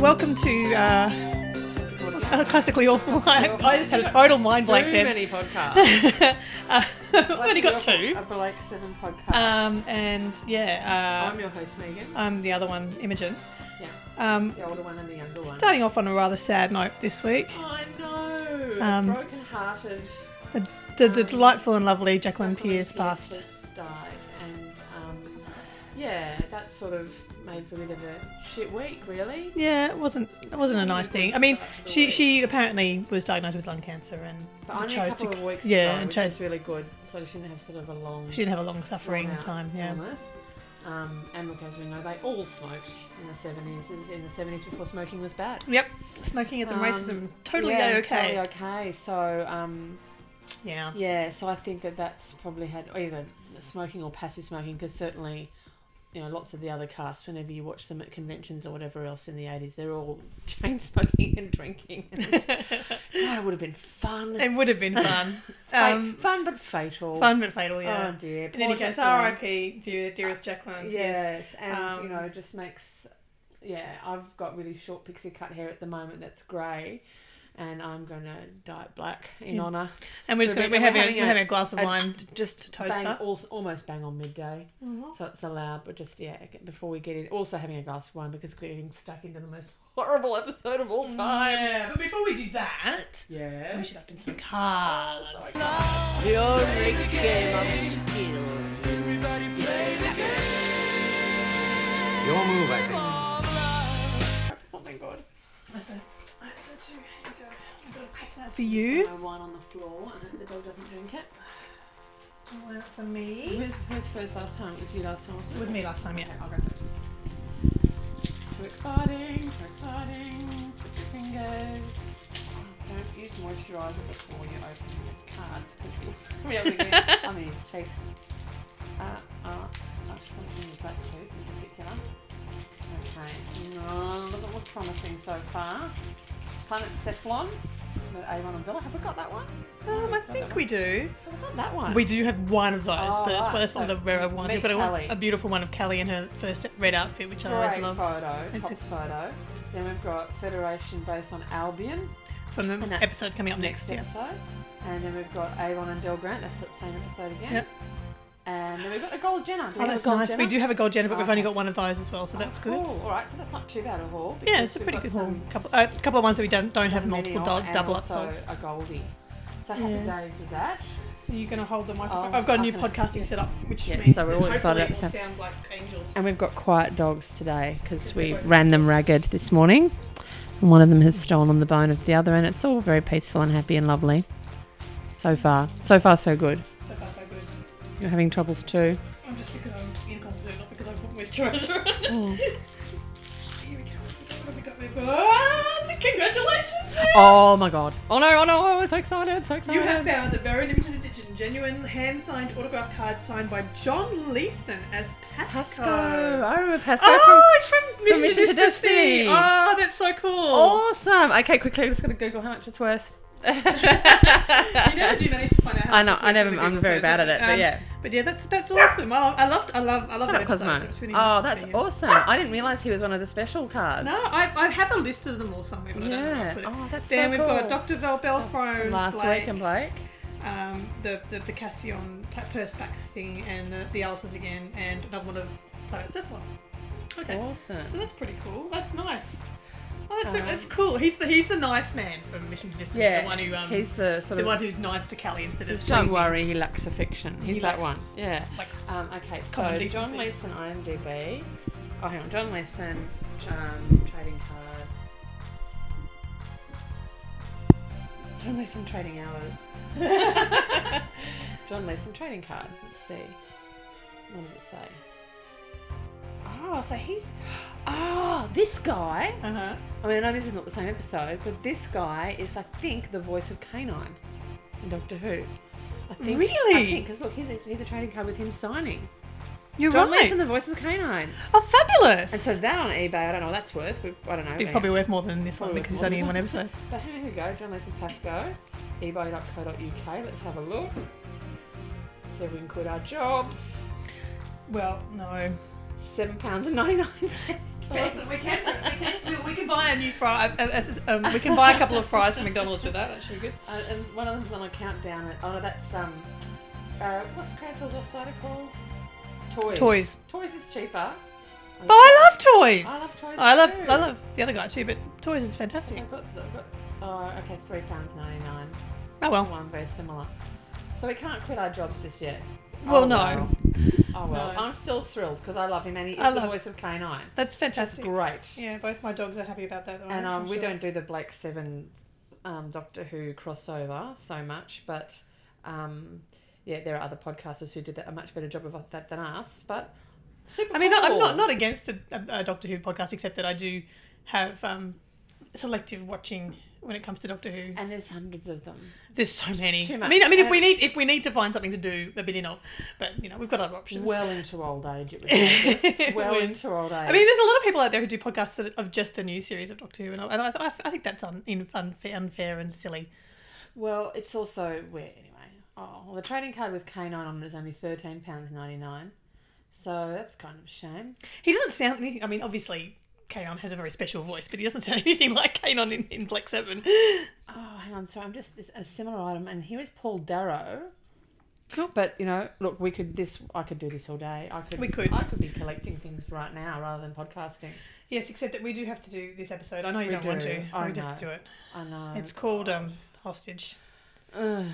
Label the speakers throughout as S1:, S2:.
S1: welcome to uh, uh, Classically Awful. I, I just had a total mind blank
S2: Too
S1: then.
S2: many podcasts.
S1: uh, I've only got
S2: Classically
S1: two.
S2: Awful, A Blake Seven podcast.
S1: Um, and yeah,
S2: I'm your host Megan.
S1: uh, I'm the other one, Imogen.
S2: Yeah,
S1: Um,
S2: the older one and the younger one.
S1: starting off on a rather sad note this week.
S2: I know.
S1: Um,
S2: Broken-hearted.
S1: The, the, the delightful and lovely Jacqueline Pierce passed.
S2: has died, and um, yeah, that sort of made for a bit of a shit week, really.
S1: Yeah, it wasn't it wasn't a nice thing. I mean, she she apparently was diagnosed with lung cancer and
S2: But only a
S1: chose
S2: couple
S1: to.
S2: of weeks
S1: yeah,
S2: ago,
S1: and
S2: which
S1: chose-
S2: is really good. So she didn't have sort of a long.
S1: She didn't have a long suffering
S2: drawn out
S1: time. Yeah.
S2: illness. Um, and look, as we know, they all smoked in the seventies. In the seventies, before smoking was bad.
S1: Yep. Smoking is
S2: Um,
S1: racism. Totally
S2: Yeah,
S1: okay. Uh-huh.
S2: Totally okay. So um,
S1: Yeah.
S2: yeah, so I think that that's probably had either smoking or passive smoking, because certainly, you know, lots of the other casts, whenever you watch them at conventions or whatever else in the eighties, they're all chain smoking and drinking. God, it would have been fun.
S1: It would have been fun.
S2: Fa-
S1: um,
S2: fun but fatal.
S1: fun but fatal, yeah.
S2: Oh dear.
S1: In any
S2: poor
S1: case,
S2: Jacqueline.
S1: R.I.P. dear- dearest Jacqueline. Yes.
S2: Yes, and you
S1: Um,
S2: know, it just makes. Yeah, I've got really short pixie cut hair at the moment. That's grey, and I'm gonna dye it black in
S1: Yeah.
S2: honour.
S1: And we're just going
S2: Rebecca,
S1: to
S2: we're
S1: we're having,
S2: having
S1: we're
S2: a-
S1: having a glass of
S2: a-
S1: wine.
S2: Just
S1: toast
S2: bang,
S1: up?
S2: al- almost bang on midday, so it's allowed. But just yeah, before we get in, also having a glass of wine because we're getting stuck into the most horrible episode of all time.
S1: Yeah, but before we do that,
S2: Yeah.
S1: we should open some cards.
S3: The only game of skill.
S4: Your move, I think.
S2: Something good.
S1: For you,
S2: My wine on the floor, and the dog doesn't drink it.
S1: for me.
S2: Who's, who's first last time? It was you last time, wasn't
S1: It
S2: it?
S1: was me last time, yeah.
S2: Okay, I'll go first. Too exciting, too exciting. Put your fingers. Don't use moisturiser before you open your cards because you'll probably open it. I mean, it's cheap. Uh, uh, I should mention your black tooth in particular. Okay, no, doesn't look promising so far. Planet Cephalon, the A1 and Villa. Have we got that one?
S1: Um,
S2: Got
S1: I
S2: that
S1: think
S2: one?
S1: we do.
S2: Have we got that one?
S1: We do have one of those,
S2: Oh,
S1: but it's,
S2: right,
S1: it's one of
S2: so
S1: the rarer ones.
S2: meet
S1: We've got
S2: Kelly.
S1: a, a beautiful one of Callie in her first red outfit, which I always
S2: Great
S1: love.
S2: photo,
S1: It's
S2: tops photo. Then we've got Federation based on Albion.
S1: From
S2: And
S1: the
S2: that's
S1: episode coming up next, yeah.
S2: episode. And then we've got Avon and Del Grant. That's that same episode again.
S1: Yep.
S2: And then we've got a gold Jenna. Do we
S1: Oh,
S2: have a
S1: that's
S2: gold
S1: nice.
S2: Jenna?
S1: We do have a gold Jenna, but
S2: Oh,
S1: we've only
S2: okay.
S1: got one of those as well, so
S2: Oh,
S1: that's good.
S2: Cool. All right, so that's not too bad a haul.
S1: Yeah,
S2: because
S1: it's a
S2: we've
S1: pretty
S2: got
S1: good haul.
S2: some
S1: Couple, a couple of ones that we don't don't have
S2: many
S1: multiple
S2: on,
S1: dou-
S2: and
S1: double ups
S2: also
S1: of.
S2: a goldie. So happy
S1: Yeah.
S2: days with that.
S1: Are you going to hold the microphone?
S2: Oh,
S1: I've got
S2: I
S1: a new
S2: can-
S1: podcasting set up, which
S2: Yes,
S1: means
S2: so we're
S1: that
S2: all
S1: hopefully
S2: excited,
S1: it will
S2: so-
S1: sound like angels.
S2: And we've got quiet dogs today because we
S1: Yes, we
S2: ran them ragged this morning. And one of them has stolen on the bone of the other, and it's all very peaceful and happy and lovely. So far, so far, so good.
S1: so far so good.
S2: You're having troubles too.
S1: I'm just because I'm incompetent, not because I put moisturiser. on. Here we go. What have we got? We've got- Ah, Congratulations!
S2: Oh my god. Oh no, oh no, oh, so excited, so excited.
S1: You have found a very limited edition, genuine hand-signed autograph card signed by John Leeson as
S2: Pasco.
S1: Pasco.
S2: I remember Pasco
S1: Oh, it's from Mission,
S2: Mission
S1: to
S2: to Oh.
S1: Destiny.
S2: Destiny.
S1: Oh, that's so cool.
S2: from. Awesome. Okay, quickly, I'm just going to Google how much it's worth.
S1: You never do manage to find out. How
S2: I know,
S1: much it's
S2: I
S1: worth
S2: never,
S1: for the
S2: I'm
S1: Google
S2: very
S1: search,
S2: bad at it, but
S1: um,
S2: yeah.
S1: But yeah, that's that's awesome. I, I loved, I love, I love
S2: Shut
S1: that
S2: up, Cosmo.
S1: episode. so it's really nice
S2: Oh,
S1: to
S2: that's
S1: see.
S2: awesome. I didn't realise he was one of the special cards.
S1: No, I, I have a list of them all somewhere, but I don't know. where I
S2: Yeah.
S1: put it.
S2: Oh, that's
S1: then
S2: so
S1: we've
S2: cool.
S1: got Dr. Val Belfrone
S2: Last
S1: Blake,
S2: week and Blake.
S1: um, the, the the Cassion pla- Perspex thing and the, the altars again, and another one of Planet Cephalon. Okay,
S2: Awesome.
S1: so that's pretty cool. That's nice. Oh, that's,
S2: Um,
S1: that's cool. He's the he's the nice man from Mission to Destiny.
S2: Yeah.
S1: the one who um,
S2: he's the sort
S1: the
S2: of.
S1: one who's nice to Callie instead of
S2: just don't
S1: sleazy.
S2: worry, he lacks a fiction. He's
S1: He
S2: that one.
S1: lacks-
S2: Yeah.
S1: Like,
S2: Um, okay,
S1: Common
S2: so
S1: decency.
S2: John Leeson, IMDb. Oh, hang on, John Leeson, um, trading card. John Leeson trading hours. John Leeson trading card. Let's see. What did it say? Oh, so he's. Oh, this guy.
S1: uh-huh.
S2: I mean, I know this is not the same episode, but this guy is, I think, the voice of Canine in Doctor Who. I think, I
S1: Really?
S2: think because look, he's, he's a trading card with him signing.
S1: You're
S2: John
S1: right.
S2: Leeson, the voice of Canine,
S1: Oh, fabulous!
S2: and so that on eBay, I don't know what that's worth. We, I don't know.
S1: It'd be probably worth more than this one
S2: Probably
S1: because it's
S2: worth
S1: only in
S2: more
S1: one
S2: than
S1: episode.
S2: But here we go, John Leeson Pasco, eBay.co.uk. Let's have a look. So we can quit our jobs.
S1: Well, no.
S2: Seven pounds and ninety nine cents.
S1: Well, listen, we can, we can, we, we can buy a new fry. uh, uh, um, we can buy a couple of fries from McDonald's with that. That should be good.
S2: Uh, and one of them's on a countdown. And, oh, that's um, uh, what's Crantor's offside called? Toys.
S1: Toys.
S2: Toys is cheaper.
S1: But I love toys.
S2: I love toys
S1: I love,
S2: too.
S1: I love the other guy too. But toys is fantastic.
S2: I've got, I've got, oh, okay, three pounds ninety nine.
S1: Oh well.
S2: One very similar. So we can't quit our jobs just yet.
S1: Well,
S2: Oh,
S1: no,
S2: well. Oh well,
S1: No.
S2: I'm still thrilled because I love him and he is
S1: I
S2: the
S1: love-
S2: voice of K9.
S1: that's
S2: That's
S1: fantastic.
S2: great.
S1: Yeah, both my dogs are happy about that.
S2: and
S1: I'm
S2: um, we
S1: sure.
S2: don't do the Black Seven um, Doctor Who crossover so much, but um, yeah, there are other podcasters who did that, a much better job of that than us. But super
S1: I mean, not- I'm
S2: cool.
S1: not, not against a, a, a Doctor Who podcast, except that I do have um, selective watching when it comes to Doctor Who.
S2: And there's hundreds of them.
S1: There's so many.
S2: too
S1: I mean, I
S2: much.
S1: mean, if we
S2: It's-
S1: need if we need to find something to do a billion of, but you know, we've got other options.
S2: Well into old age, it would take us. Well
S1: Well-
S2: into old age.
S1: I mean, there's a lot of people out there who do podcasts that of just the new series of Doctor Who, and I, and I, I, I think that's un, in, unfair, unfair and silly.
S2: Well, it's also where anyway. Oh, well, the trading card with K9 on it is only thirteen pounds ninety nine, so that's kind of a shame.
S1: He doesn't sound anything. I mean, obviously, Kanon has a very special voice, but he doesn't sound anything like Kanon in, in Black Seven.
S2: Oh, hang on. So I'm just it's a similar item, and here is Paul Darrow. But you know, look, we could this. I could do this all day. I could.
S1: We could.
S2: I could be collecting things right now rather than podcasting.
S1: Yes, except that we do have to do this episode. I know you
S2: We
S1: don't want
S2: do.
S1: to.
S2: I
S1: we do have to
S2: know. Oh,
S1: do it.
S2: I know.
S1: It's called um, Hostage.
S2: Ugh.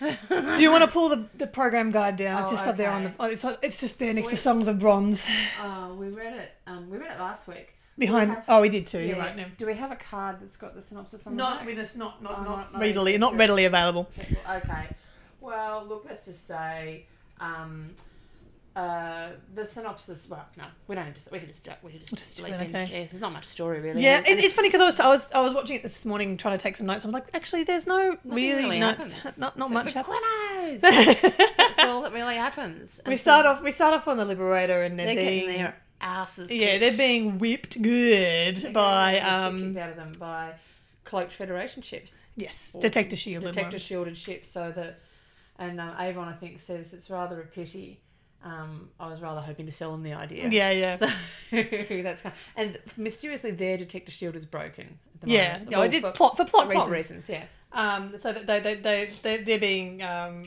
S1: Do you want to pull the, the program guide down? It's
S2: Oh,
S1: just up there on the.
S2: okay.
S1: oh, It's, it's just there next to
S2: Wait.
S1: Songs of Bronze.
S2: Oh, we read it. Um, we read it last week.
S1: Behind.
S2: We have-
S1: Oh, we did too. You're right. No.
S2: Do we have a card that's got the synopsis on? the back?
S1: us. Not
S2: not- oh, not- not-
S1: readily. Not readily available.
S2: Okay. Well, look, let's just say um, uh, the synopsis. Well, no, we don't. Have to, we can just. We can just.
S1: Just do
S2: leap
S1: it,
S2: in.
S1: okay.
S2: Yes, there's not much story really.
S1: Yeah,
S2: And-
S1: it,
S2: and
S1: it's funny because I was I was I was watching it this morning trying to take some notes. I'm like, actually, there's no really,
S2: really
S1: no,
S2: happens.
S1: it's- not not
S2: Except
S1: much
S2: for
S1: happens.
S2: Quinnos. That's
S1: we
S2: all that really happens. And
S1: start
S2: so
S1: off we start off on the Liberator and they're,
S2: They're
S1: being
S2: getting their asses.
S1: yeah
S2: kicked.
S1: they're being whipped good
S2: They're
S1: by
S2: getting their shit
S1: um
S2: kicked out of them by cloaked Federation ships.
S1: yes
S2: or
S1: Detector Shield and
S2: detector
S1: ones.
S2: shielded ship so that and um, avon i think says it's rather a pity um, i was rather hoping to sell them the idea
S1: yeah yeah
S2: so that's kind and mysteriously their detector shield is broken at the
S1: yeah
S2: moment.
S1: yeah
S2: Well,
S1: I did
S2: for
S1: plot for plot
S2: plot reasons.
S1: reasons.
S2: yeah
S1: Um, so that they they they they're, they're being um,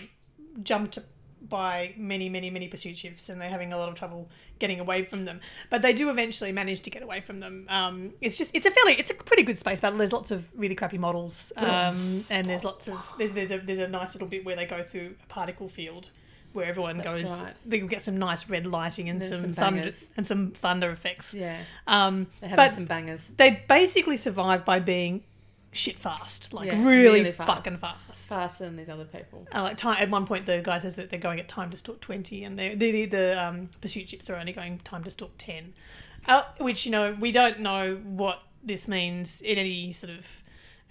S1: jumped by many many many pursuit ships and they're having a lot of trouble getting away from them. But they do eventually manage to get away from them. Um, it's just it's a fairly it's a pretty good space battle. There's lots of really crappy models um, and there's lots of there's there's a there's a nice little bit where they go through a particle field. Where everyone
S2: That's
S1: goes,
S2: right.
S1: they get some nice red lighting and
S2: There's
S1: some,
S2: some
S1: thunder
S2: bangers.
S1: and some thunder effects.
S2: yeah
S1: Um,
S2: they're having
S1: but
S2: some bangers
S1: they basically survive by being shit fast, like
S2: Yeah,
S1: really,
S2: really fast.
S1: fucking fast.
S2: faster than these other people
S1: Uh, like time, at one point, the guy says that they're going at time distort twenty, and they the the, the um, pursuit ships are only going time distort ten, uh, which you know we don't know what this means in any sort of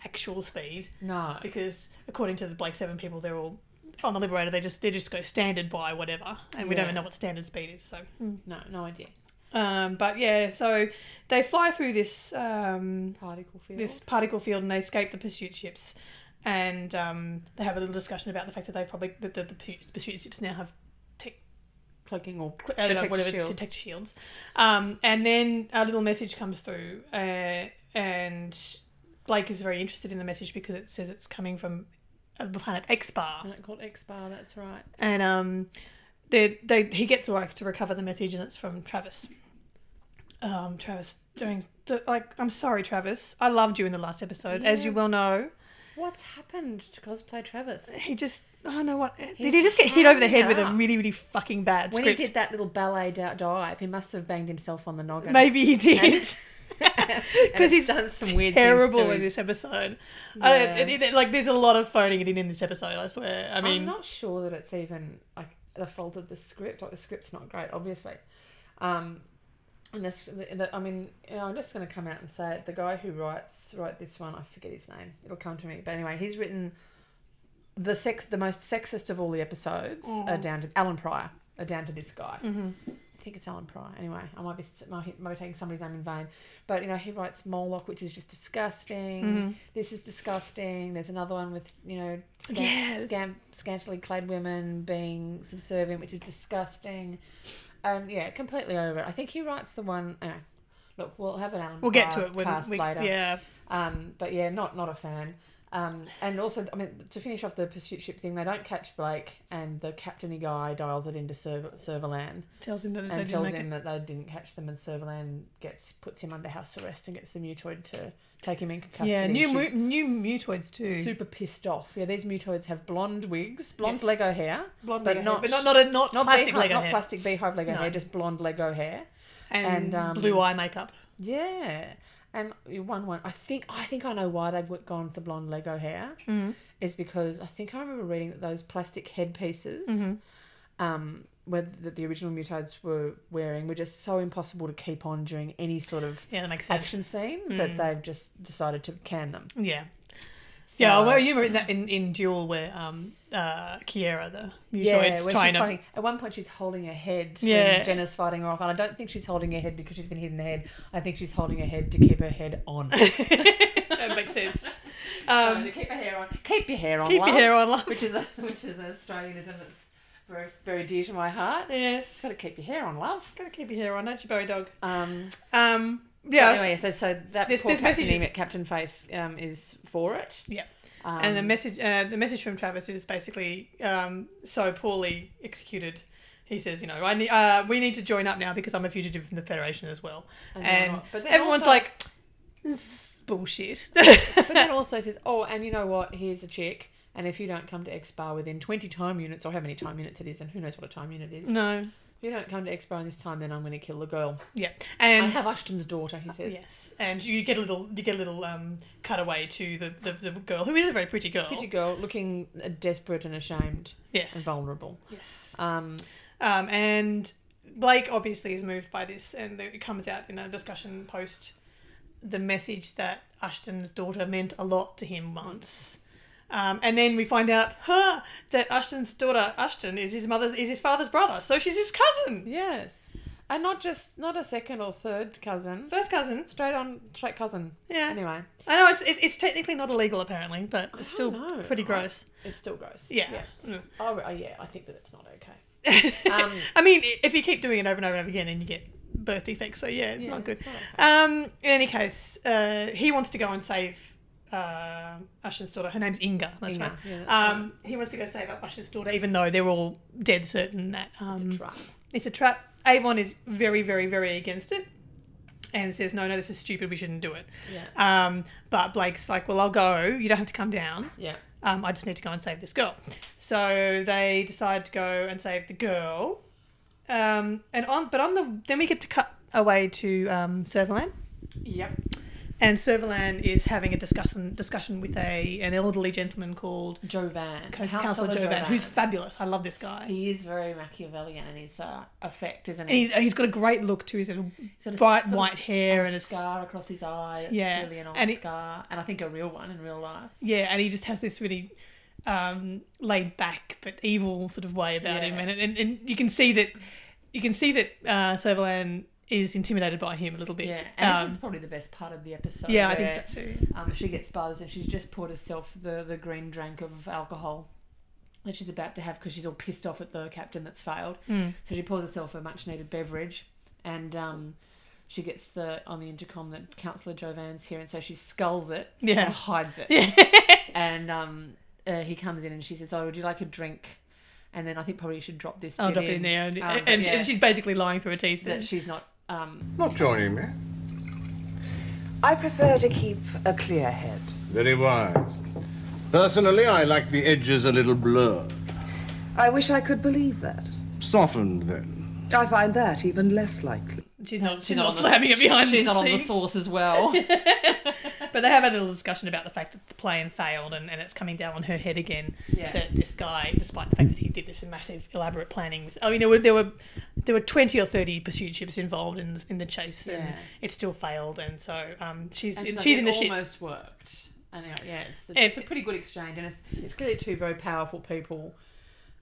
S1: actual speed
S2: no
S1: because according to the Blake Seven people, they're all on the Liberator. They just they just go standard by whatever, and we don't
S2: Yeah.
S1: even know what standard speed is. So Mm.
S2: no no idea
S1: um, but yeah, so they fly through this um,
S2: particle field
S1: this particle field and they escape the pursuit ships. And um, they have a little discussion about the fact that they probably that the, the pu- pursuit ships now have
S2: clicking or
S1: cl- I don't know,
S2: Detector
S1: whatever
S2: shields.
S1: detector shields. Um, and then a little message comes through, uh, and Blake is very interested in the message because it says it's coming from uh, the planet Xbar.
S2: isn't it called X bar? That's right.
S1: and um, they, they he gets Orike to recover the message, and it's from Travis. Um, Travis doing the, like, I'm sorry, Travis. I loved you in the last episode, as you
S2: Yeah.
S1: well know.
S2: What's happened to cosplay Travis?
S1: He just, I don't know what. did
S2: He's
S1: he just get hit over the head
S2: hanging
S1: with a
S2: up.
S1: really, really fucking bad
S2: When
S1: script?
S2: he did that little ballet da- dive, he must have banged himself on the noggin.
S1: Maybe he did.
S2: because
S1: he's
S2: done some weird
S1: Terrible in
S2: things to his-
S1: this episode. I-
S2: Yeah.
S1: it- it- like, there's a lot of phoning it in in this episode. I swear. I mean,
S2: I'm not sure that it's even like the fault of the script. Like the script's not great, obviously. Um, and this, the, the, I mean, you know, I'm just going to come out and say it. The guy who writes wrote this one, I forget his name. It'll come to me. But anyway, he's written the sex, the most sexist of all the episodes are down to Alan Pryor. Are down to this guy.
S1: Mm-hmm.
S2: I think it's Alan Pryor. Anyway, I might be might, might be taking somebody's name in vain, but you know he writes Moloch, which is just disgusting.
S1: Mm-hmm.
S2: This is disgusting. There's another one with you know scant,
S1: Yeah.
S2: scant, scantily clad women being Um, subservient, which is disgusting. And yeah, completely over. it. I think he writes the one. Anyway, Look, we'll have an Alan
S1: We'll get to
S2: Parr
S1: it when
S2: cast
S1: we.
S2: later.
S1: Yeah.
S2: Um, but yeah, not not a fan. Um, and also, I mean, to finish off the pursuit ship thing, they don't catch Blake, and the captainy guy dials it into Serv- Serverland
S1: Tells him that they
S2: and
S1: didn't
S2: tells
S1: make
S2: him
S1: it.
S2: that they didn't catch them, and Serverland gets puts him under house arrest and gets the mutoid to take him in custody.
S1: Yeah. New mu-
S2: She's
S1: new mutoids too.
S2: super pissed off. Yeah, these mutoids have blonde wigs, blonde Lego hair,
S1: Blonde
S2: but
S1: Lego hair,
S2: not-
S1: but not not a, not,
S2: not
S1: plastic
S2: beehive-
S1: Lego
S2: not
S1: hair.
S2: plastic beehive Lego
S1: No.
S2: hair, just blonde Lego hair.
S1: and
S2: and, um,
S1: blue eye makeup.
S2: Yeah, and one one. I think I think I know why they've gone with the blonde Lego hair.
S1: Mm.
S2: Is because I think I remember reading that those plastic headpieces,
S1: Mhm.
S2: um, where that the original mutades were wearing, were just so impossible to keep on during any sort of
S1: Yeah, that makes sense.
S2: action scene
S1: Mm.
S2: that they've just decided to can them.
S1: Yeah. yeah,
S2: So-
S1: well, you were in that in, in Duel where um uh Kiera the
S2: Yeah,
S1: mutoid's
S2: when
S1: trying
S2: she's
S1: to
S2: fighting, at one point she's holding her head.
S1: Yeah.
S2: when Jenna's fighting her off, and I don't think she's holding her head because she's been hit in the head. I think she's holding her head to keep her head on.
S1: that makes sense.
S2: So
S1: Um,
S2: to keep your hair on. Keep your hair on.
S1: keep your
S2: love,
S1: hair on, love.
S2: Which is a, which is an Australianism that's very very dear to my heart.
S1: yes,
S2: Got to keep your hair on, love.
S1: gotta keep your hair on, don't you, Bowie dog?
S2: Um,
S1: Um,
S2: yeah.
S1: yeah,
S2: Anyway, so so that
S1: This-
S2: poor
S1: this
S2: Captain
S1: message is-
S2: Emi- Captain Face um, is for it.
S1: Yeah.
S2: Um,
S1: and the message uh, the message from Travis is basically um so poorly executed. He says, you know, I need, uh, we need to join up now because I'm a fugitive from the Federation as well,
S2: and they're
S1: and
S2: not- but then
S1: everyone's
S2: also-
S1: like, "This is bullshit.
S2: but then also says, oh, and you know what? Here's a chick. And if you don't come to X Bar within 20 time units, or how many time units it is, and who knows what a time unit is, if
S1: no,
S2: you don't come to X Bar in this time, then I'm going to kill the girl.
S1: yeah,
S2: I
S1: and
S2: have Ashton's daughter, he says.
S1: Yes, and you get a little you get a little um, cutaway to the, the, the girl who is a very pretty girl.
S2: Pretty girl, looking uh, desperate and ashamed and
S1: Yes.
S2: vulnerable.
S1: Yes.
S2: Um,
S1: Um, and Blake obviously is moved by this, and it comes out in a discussion post the message that Ashton's daughter meant a lot to him once. Um, and then we find out huh, that Ashton's daughter Ashton is his mother's is his father's brother, so she's his cousin,
S2: Yes, and not just not a second or third cousin,
S1: first cousin.
S2: straight on straight cousin.
S1: Yeah,
S2: Anyway,
S1: I know it's it, it's technically not illegal apparently, but it's still
S2: don't know.
S1: pretty gross.
S2: it's still gross.
S1: Yeah. Mm.
S2: Oh, oh, yeah. I think that it's not okay. Um,
S1: I mean, i- if you keep doing it over and over and over again, then you get birth defects. So yeah, it's
S2: Yeah,
S1: not good.
S2: it's not okay.
S1: Um, in any case, uh, he wants to go and save uh, Usher's daughter. Her name's Inga. That's
S2: Inga,
S1: right.
S2: yeah, that's
S1: um, He wants to go save up Usher's daughter, even though they're all dead certain that um,
S2: It's a trap.
S1: it's a trap. Avon is very, very, very against it, and says, "No, no, this is stupid. We shouldn't do it."
S2: Yeah.
S1: Um, but Blake's like, "Well, I'll go. You don't have to come down."
S2: Yeah.
S1: um, I just need to go and save this girl. So they decide to go and save the girl. Um, and on, but on the then we get to cut away to um, Serverland,
S2: Yep.
S1: and Serverland is having a discussion discussion with a an elderly gentleman called
S2: Jovan.
S1: Councillor, Jovan, who's fabulous. I love this guy.
S2: he is very Machiavellian in his uh, effect, isn't
S1: and
S2: he?
S1: he's, he's got a great look to his little
S2: Sort of-
S1: bright
S2: sort of
S1: white hair and
S2: a
S1: a
S2: scar across his eye. That's
S1: Yeah,
S2: really an old
S1: and he-
S2: scar, and I think a real one in real life.
S1: yeah, and he just has this really um, laid back but evil sort of way about him,
S2: Yeah.
S1: and, and and you can see that you can see that uh, Servalan is intimidated by him a little bit.
S2: Yeah, and this
S1: Um,
S2: is probably the best part of the episode.
S1: yeah, I
S2: where-
S1: think so too.
S2: Um, she gets buzzed and she's just poured herself the, the green drink of alcohol that she's about to have because she's all pissed off at the captain that's failed. So she pours herself a much needed beverage and um, she gets the on the intercom that Councillor Jovan's here and so she skulls it
S1: Yeah.
S2: and hides it. and um, uh, he comes in and she says, Oh, would you like a drink? And then I think probably you should drop this.
S1: I'll
S2: bit
S1: drop it in there, and,
S2: Um,
S1: and,
S2: but
S1: she-
S2: yeah,
S1: and she's basically lying through her teeth.
S2: that
S1: and-
S2: she's not. Um,
S5: Not joining me.
S6: I prefer to keep a clear head.
S5: Very wise. Personally, I like the edges a little blurred.
S6: I wish I could believe that.
S5: Softened, then.
S6: I find that even less likely.
S1: she's not, she's
S2: she's
S1: not
S2: not on the-
S1: slamming it behind
S2: she's
S1: the
S2: not on the
S1: scenes.
S2: source as well.
S1: But they have had a little discussion about the fact that the plan failed and, and it's coming down on her head again.
S2: Yeah.
S1: That this guy, despite the fact that he did this massive, elaborate planning, with, I mean, there were there were there were twenty or thirty pursuit ships involved in in the chase, and
S2: Yeah.
S1: it still failed. And so um, she's
S2: And
S1: she's,
S2: she's,
S1: in
S2: like,
S1: the
S2: it
S1: shit.
S2: almost worked. And anyway, yeah, it's, it's,
S1: It's-
S2: a pretty good exchange, and it's it's clearly two very powerful people.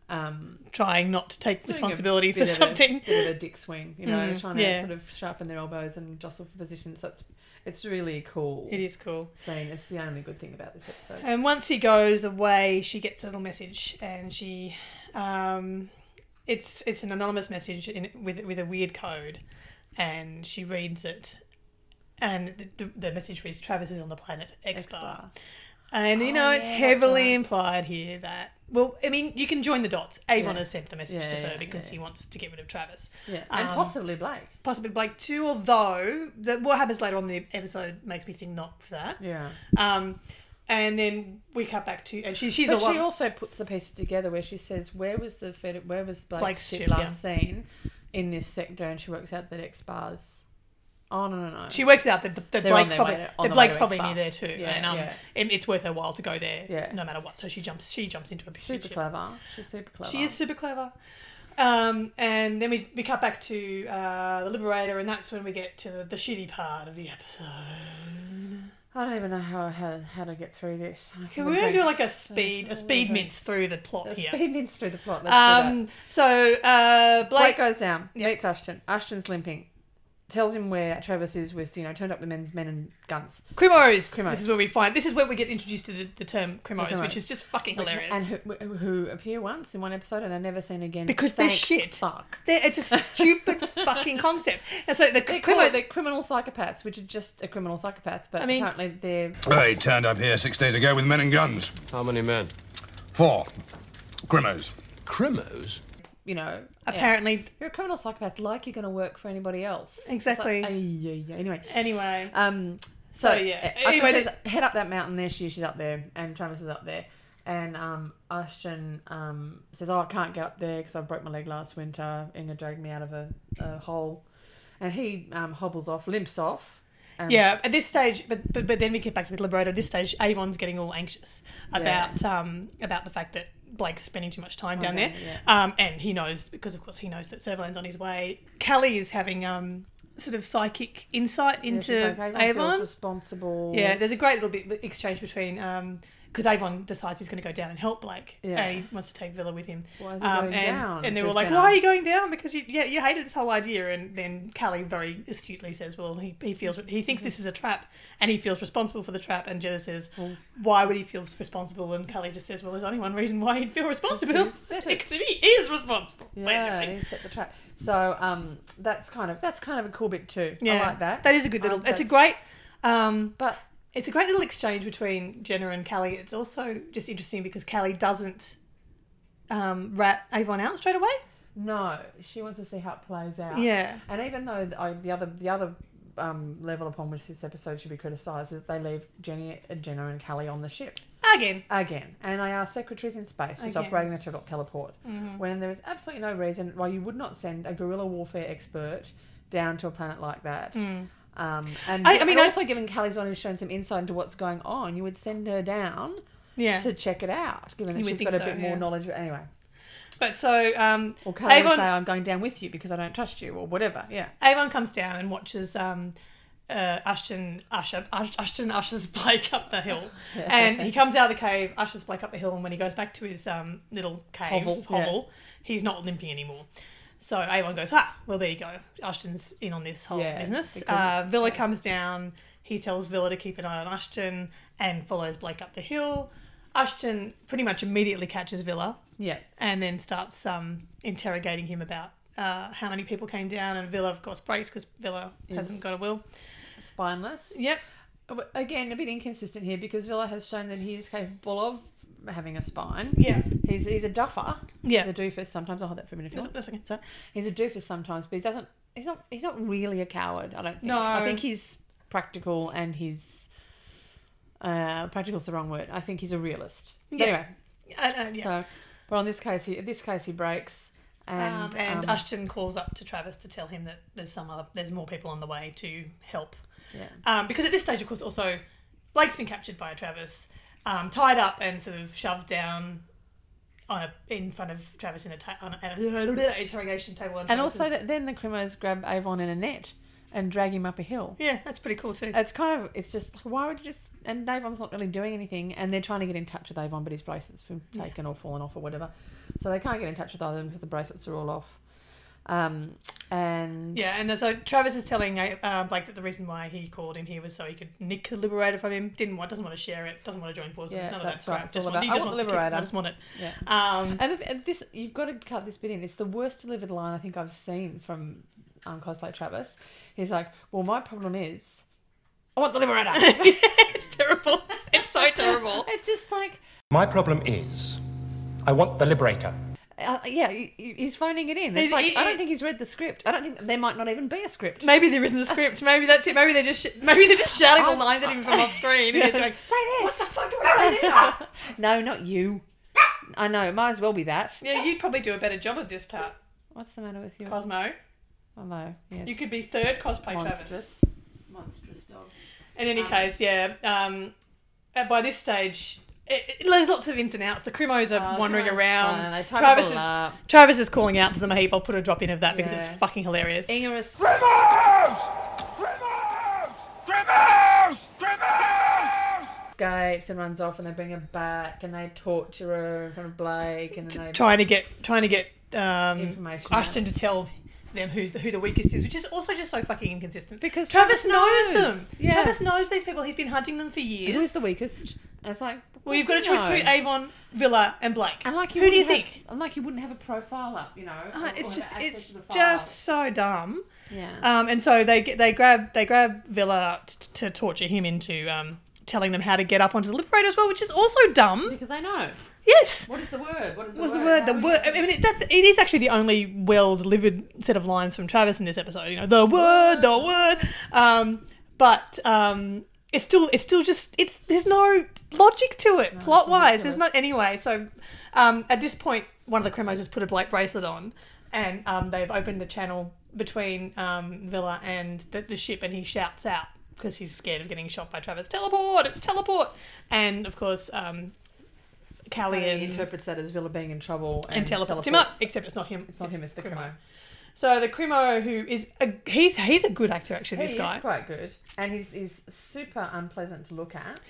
S2: Um,
S1: trying not to take
S2: doing a
S1: responsibility for
S2: bit of a-
S1: something.
S2: bit of a dick swing, you know,
S1: Mm,
S2: trying
S1: yeah.
S2: to sort of sharpen their elbows and jostle for position. So it's it's really cool
S1: It is cool.
S2: scene. It's the only good thing about this episode.
S1: And once he goes away, she gets a little message, and she, um, it's it's an anonymous message in, with with a weird code, and she reads it, and the, the message reads Travis is on the planet X bar.
S2: X-Bar.
S1: And you know,
S2: Oh,
S1: it's
S2: yeah, that's
S1: heavily
S2: right.
S1: implied here that well, I mean, you can join the dots. Avon
S2: Yeah.
S1: has sent the message
S2: Yeah,
S1: to
S2: yeah,
S1: her
S2: yeah,
S1: because
S2: yeah.
S1: he wants to get rid of Travis.
S2: Yeah. And
S1: Um,
S2: possibly Blake.
S1: Possibly Blake too, although the, what happens later on in the episode makes me think not for that.
S2: Yeah.
S1: Um, and then we cut back to and she, she's
S2: But
S1: a lot.
S2: she also puts the pieces together where she says, "Where was the Fed- where was Blake's,
S1: Blake's
S2: ship,
S1: ship,
S2: last seen in this sector?" And she works out that X bars. Oh no no no!
S1: she works out that, that
S2: They're on
S1: Blake's
S2: their
S1: probably
S2: way to- on the
S1: that
S2: way
S1: Blake's
S2: to
S1: probably
S2: X-Bar.
S1: near there too,
S2: Yeah,
S1: and um,
S2: yeah.
S1: and it's worth her while to go there,
S2: Yeah.
S1: no matter what. So she jumps, she jumps into a
S2: super
S1: ship.
S2: clever. She's super clever.
S1: She is super clever. Um, and then we, we cut back to uh, the Liberator, and that's when we get to the, the shitty part of the episode.
S2: I don't even know how how, how to get through this. I
S1: So
S2: think
S1: we're
S2: I'm
S1: gonna do
S2: doing-
S1: like a speed a speed mince through the plot
S2: Let's
S1: here.
S2: speed mince through the plot. Let's do that.
S1: Um, so uh,
S2: Blake
S1: Blake,
S2: goes down, meets Ashton. Ashton's limping. Tells him where Travis is with, you know, turned up the men's men and guns.
S1: Crimos.
S2: Crimos.
S1: This is where we find. This is where we get introduced to the, the term Crimos,
S2: Crimos.
S1: which is just fucking hilarious.
S2: And who, who appear once in one episode and are never seen again.
S1: Because they're
S2: Thank
S1: shit.
S2: Fuck.
S1: They're- it's a stupid fucking concept. And so the
S2: They're,
S1: Crimos.
S2: called, they're criminal psychopaths, which are just a criminal psychopaths, but
S1: I mean-
S2: apparently they're.
S5: I turned up here six days ago with men and guns.
S7: How many men?
S5: Four. Grimos.
S7: Crimos?
S2: you know.
S1: apparently,
S2: yeah. You're a criminal psychopath, like you're going to work for anybody else. It's like,
S1: Exactly.
S2: ay, ay, ay. Anyway.
S1: anyway,
S2: Um, so,
S1: So, yeah.
S2: yeah. Ashton
S1: Anyway,
S2: says, head up that mountain there. She, she's up there, and Travis is up there. And um, Ashton um, says, oh, I can't get up there because I broke my leg last winter. Inga dragged me out of a, a hole. And he um, hobbles off, limps off. Um,
S1: yeah. At this stage, but, but but then we get back to the Liberator. At this stage, Avon's getting all anxious about um about the fact that Blake's spending too much time down there,
S2: down there,
S1: um, and he knows because of course he knows that Serverland's on his way. Callie is having um sort of psychic insight
S2: and she's like,
S1: into
S2: everyone
S1: Avon.
S2: feels responsible.
S1: Yeah, there's a great little bit exchange between because Avon decides he's going to go down and help Blake.
S2: Yeah.
S1: and he wants to take Villa with him. Um,
S2: Why is he going
S1: and,
S2: down?
S1: And they were
S2: says
S1: like,
S2: Jenna.
S1: "Why are you going down? Because you yeah you hated this whole idea." And then Callie very astutely says, "Well, he, he feels he thinks this is a trap, and he feels responsible for the trap." And Jenna says, "Why would he feel responsible?" And Callie just says, "Well, there's only one reason why he'd feel responsible.
S2: he said it.
S1: Because he is responsible."
S2: Yeah,
S1: basically.
S2: he set the trap. So um, that's kind of that's kind of a cool bit too. I like that.
S1: That is a good little.
S2: Um,
S1: it's a
S2: that's-
S1: great. Um,
S2: But
S1: It's a great little exchange between Jenna and Callie. It's also just interesting because Callie doesn't um, rat Avon out straight away.
S2: no, she wants to see how it plays out.
S1: Yeah.
S2: And even though th- I, the other the other um, level upon which this episode should be criticised is that they leave Jenny, uh, Jenna, and Callie on the ship
S1: Again.
S2: again, and they are secretaries in space, just
S1: Again. Mm-hmm.
S2: operating the tele- teleport, when there is absolutely no reason why you would not send a guerrilla warfare expert down to a planet like that. Um, and
S1: Mm. I- I
S2: I, mean,
S1: mean, I-
S2: also given Callie's on who's shown some insight into what's going on, you would send her down
S1: Yeah.
S2: to check it out, given
S1: You
S2: that
S1: would
S2: she's
S1: think
S2: got a
S1: so,
S2: bit
S1: yeah.
S2: more knowledge. Anyway,
S1: But so um,
S2: or Carla would
S1: Avon,
S2: say, "I'm going down with you because I don't trust you," or whatever. Yeah,
S1: Avon comes down and watches um, uh, Ashton Usher Ush, Ashton ushers Blake up the hill, and he comes out of the cave, ushers Blake up the hill, and when he goes back to his um, little cave
S2: Hovel,
S1: hovel,
S2: yeah.
S1: he's not limping anymore. So Avon goes, ah, well there you go. Ashton's in on this whole
S2: Yeah,
S1: business.
S2: because-
S1: Uh, Villa comes down. He tells Villa to keep an eye on Ashton and follows Blake up the hill. Ashton pretty much immediately catches Villa
S2: yeah.
S1: and then starts um, interrogating him about uh, how many people came down. And Villa, of course, breaks because Villa hasn't got a will.
S2: Spineless.
S1: Yep.
S2: Again, a bit inconsistent here because Villa has shown that he is capable of having a spine.
S1: Yeah.
S2: He's he's a duffer.
S1: Yeah.
S2: He's a doofus sometimes. I'll hold that for a minute. if you want.
S1: That's okay.
S2: Sorry. He's a doofus sometimes, but he doesn't. He's not. He's not really a coward. I don't think.
S1: No.
S2: I think he's practical and he's. Uh, practical's the wrong word. I think he's a realist.
S1: Yeah.
S2: Anyway,
S1: And, and, Uh, yeah.
S2: so, but on this case, he in this case he breaks, and
S1: um, and
S2: um,
S1: Ashton calls up to Travis to tell him that there's some other, there's more people on the way to help.
S2: yeah.
S1: Um, because at this stage, of course, also Blake's been captured by Travis, um, tied up and sort of shoved down on a, in front of Travis in a ta- on a, at a interrogation table.
S2: and
S1: Travis
S2: also
S1: is-
S2: that then the crimos grab Avon in a net and drag him up a hill.
S1: yeah, that's pretty cool too.
S2: It's kind of it's just like, why would you just and Avon's not really doing anything and they're trying to get in touch with Avon but his bracelets been taken or fallen off or whatever, so they can't get in touch with either of them because the bracelets are all off. Um, and
S1: Yeah, and so Travis is telling um, Blake that the reason why he called in here was so he could nick the Liberator from him. Didn't want, doesn't want to share it. Doesn't want to join forces.
S2: Yeah,
S1: none
S2: that's
S1: of that
S2: right.
S1: crap.
S2: It's
S1: Just
S2: all about,
S1: want, he
S2: "I
S1: just
S2: want
S1: wants
S2: the
S1: to keep- I
S2: Liberator." yeah.
S1: just want it. Um,
S2: And if- and this, you've got to cut this bit in. It's the worst delivered line I think I've seen from um, Cosplay Travis. He's like, Well, my problem is I want the liberator.
S1: it's terrible. It's so terrible.
S2: it's just like,
S8: My problem is, I want the Liberator.
S2: uh, yeah, he- he- he's phoning it in. It's
S1: He's-
S2: like
S1: he-
S2: I don't
S1: he-
S2: think he's read the script. I don't think there might not even be a script.
S1: Maybe there isn't a script. Maybe that's it. Maybe they're just sh- maybe they're just shouting
S2: Oh.
S1: the lines at him from off screen. And he's like,
S2: What the fuck do no, not you. I know. It might as well be that.
S1: yeah, you'd probably do a better job at this part,
S2: What's the matter with you?
S1: Cosmo.
S2: Oh no. Yes.
S1: You could be third cosplay Travis.
S2: monstrous.
S9: Monstrous dog.
S1: In any case, yeah. Um, uh, by this stage, it, it- there's lots of ins and outs. The Crimos are
S2: Oh,
S1: wandering
S2: Crimo's
S1: around.
S2: fine. They tied
S1: Travis
S2: it
S1: is
S2: all up.
S1: Travis is calling out to them. Hey, I'll put a drop in of that because
S2: Yeah.
S1: it's fucking hilarious.
S2: Inga is escapes and runs off, and they bring her back, and they torture her in front of Blake, and then they
S1: trying to get trying to get um,
S2: information. out.
S1: Ashton to tell them who's the, who the weakest is, which is also just so fucking inconsistent.
S2: because
S1: Travis knows, them.
S2: Yeah.
S1: Travis knows these people. He's been hunting them for years.
S2: who's the weakest? And it's like
S1: well, you've got
S2: course
S1: to choose
S2: you
S1: between
S2: know.
S1: Avon, Villa, and Blake.
S2: And like you
S1: who do you
S2: wouldn't have-
S1: think?
S2: And like you wouldn't have a profile up, you know. or-
S1: Ah,
S2: or
S1: it's
S2: have
S1: just
S2: access
S1: it's
S2: to the file.
S1: just so dumb.
S2: yeah.
S1: Um, and so they get- they grab they grab Villa t- to torture him into um, telling them how to get up onto the Liberator as well, which is also dumb.
S2: because they know
S1: Yes.
S2: what is the word. What is the
S1: What was the
S2: word?
S1: word? The
S2: How
S1: word. I mean, it, that's, it is actually the only well delivered set of lines from Travis in this episode. You know, the word, the word. Um, but um, it's still, it's still just, it's there's no logic to it plot wise. There's not anyway. So um, at this point, one of the Cremos has put a Blake bracelet on, and um, they've opened the channel between um, Villa and the, the ship, and he shouts out because he's scared of getting shot by Travis. Teleport! It's teleport! And of course. Um, Callie
S2: He
S1: and
S2: interprets that as Villa being in trouble and,
S1: and teleports
S2: teleports
S1: him up. Except it's not him.
S2: It's not him, it's the Crimo.
S1: So the Crimo, who is a, he's he's a good actor actually.
S2: He
S1: this
S2: is
S1: guy.
S2: quite good, and he's, he's super unpleasant to look at.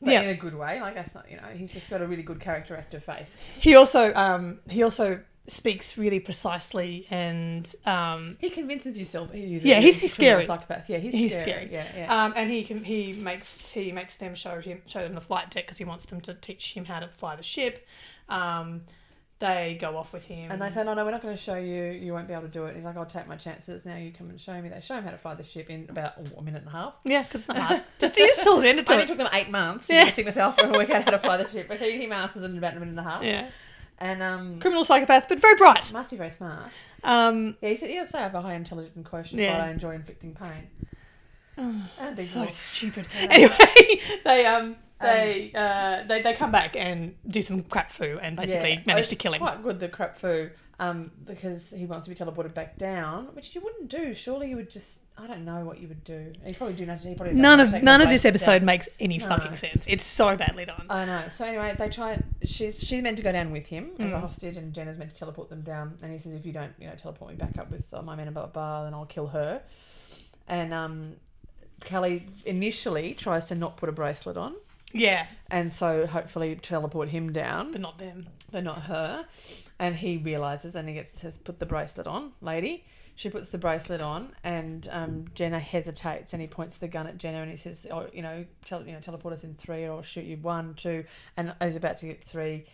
S2: But
S1: Yeah.
S2: in a good way. Like that's not you know he's just got a really good character actor face.
S1: He also um he also speaks really precisely and um
S2: He convinces yourself. He,
S1: Yeah, he's- he's
S2: criminal
S1: scary.
S2: Psychopath. Yeah, he's,
S1: he's
S2: scary.
S1: scary.
S2: Yeah, yeah.
S1: Um, and he can he makes he makes them show him show them the flight deck because he wants them to teach him how to fly the ship. Um, they go off with him.
S2: and they say, no, no, we're not going to show you. You won't be able to do it. He's like, I'll take my chances. Now you come and show me. They show him how to fly the ship in about oh, a minute and a half.
S1: yeah, because it's not hard. just he just tells him to
S2: It only
S1: do it.
S2: took them eight months
S1: Yeah.
S2: to get sickness alpha and work out how to fly the ship, but he, he masters it in about a minute and a half.
S1: Yeah,
S2: And um,
S1: criminal psychopath, but very bright.
S2: must be very smart.
S1: Um,
S2: Yeah, he said he does say I have a high intelligent quotient,
S1: Yeah. Oh,
S2: but I enjoy inflicting pain. and big
S1: so
S2: wolf.
S1: stupid. Anyway, they um they uh they, they come back and do some crap foo and basically
S2: Yeah.
S1: manage
S2: It's
S1: to kill him.
S2: Quite good the crap foo, um, because he wants to be teleported back down, which you wouldn't do. Surely you would just I don't know what you would do. You probably do nothing. you probably don't
S1: None
S2: know
S1: of
S2: exactly
S1: none of
S2: what
S1: this
S2: Blake's
S1: episode
S2: down.
S1: makes any
S2: No. Uh,
S1: fucking sense. It's so badly done.
S2: I know. So anyway, they try. She's she's meant to go down with him as a hostage, and Jenna's meant to teleport them down. And he says, if you don't, you know, teleport me back up with uh, my men and blah blah blah, then I'll kill her. And um, Callie initially tries to not put a bracelet on,
S1: yeah,
S2: and so hopefully teleport him down
S1: but not them.
S2: but not her. And he realizes, and he gets to put the bracelet on, lady. She puts the bracelet on, and um, Jenna hesitates, and he points the gun at Jenna, and he says, "Oh, you know, tell you know, teleport us in three, or I'll shoot you one, two, and is about to get three.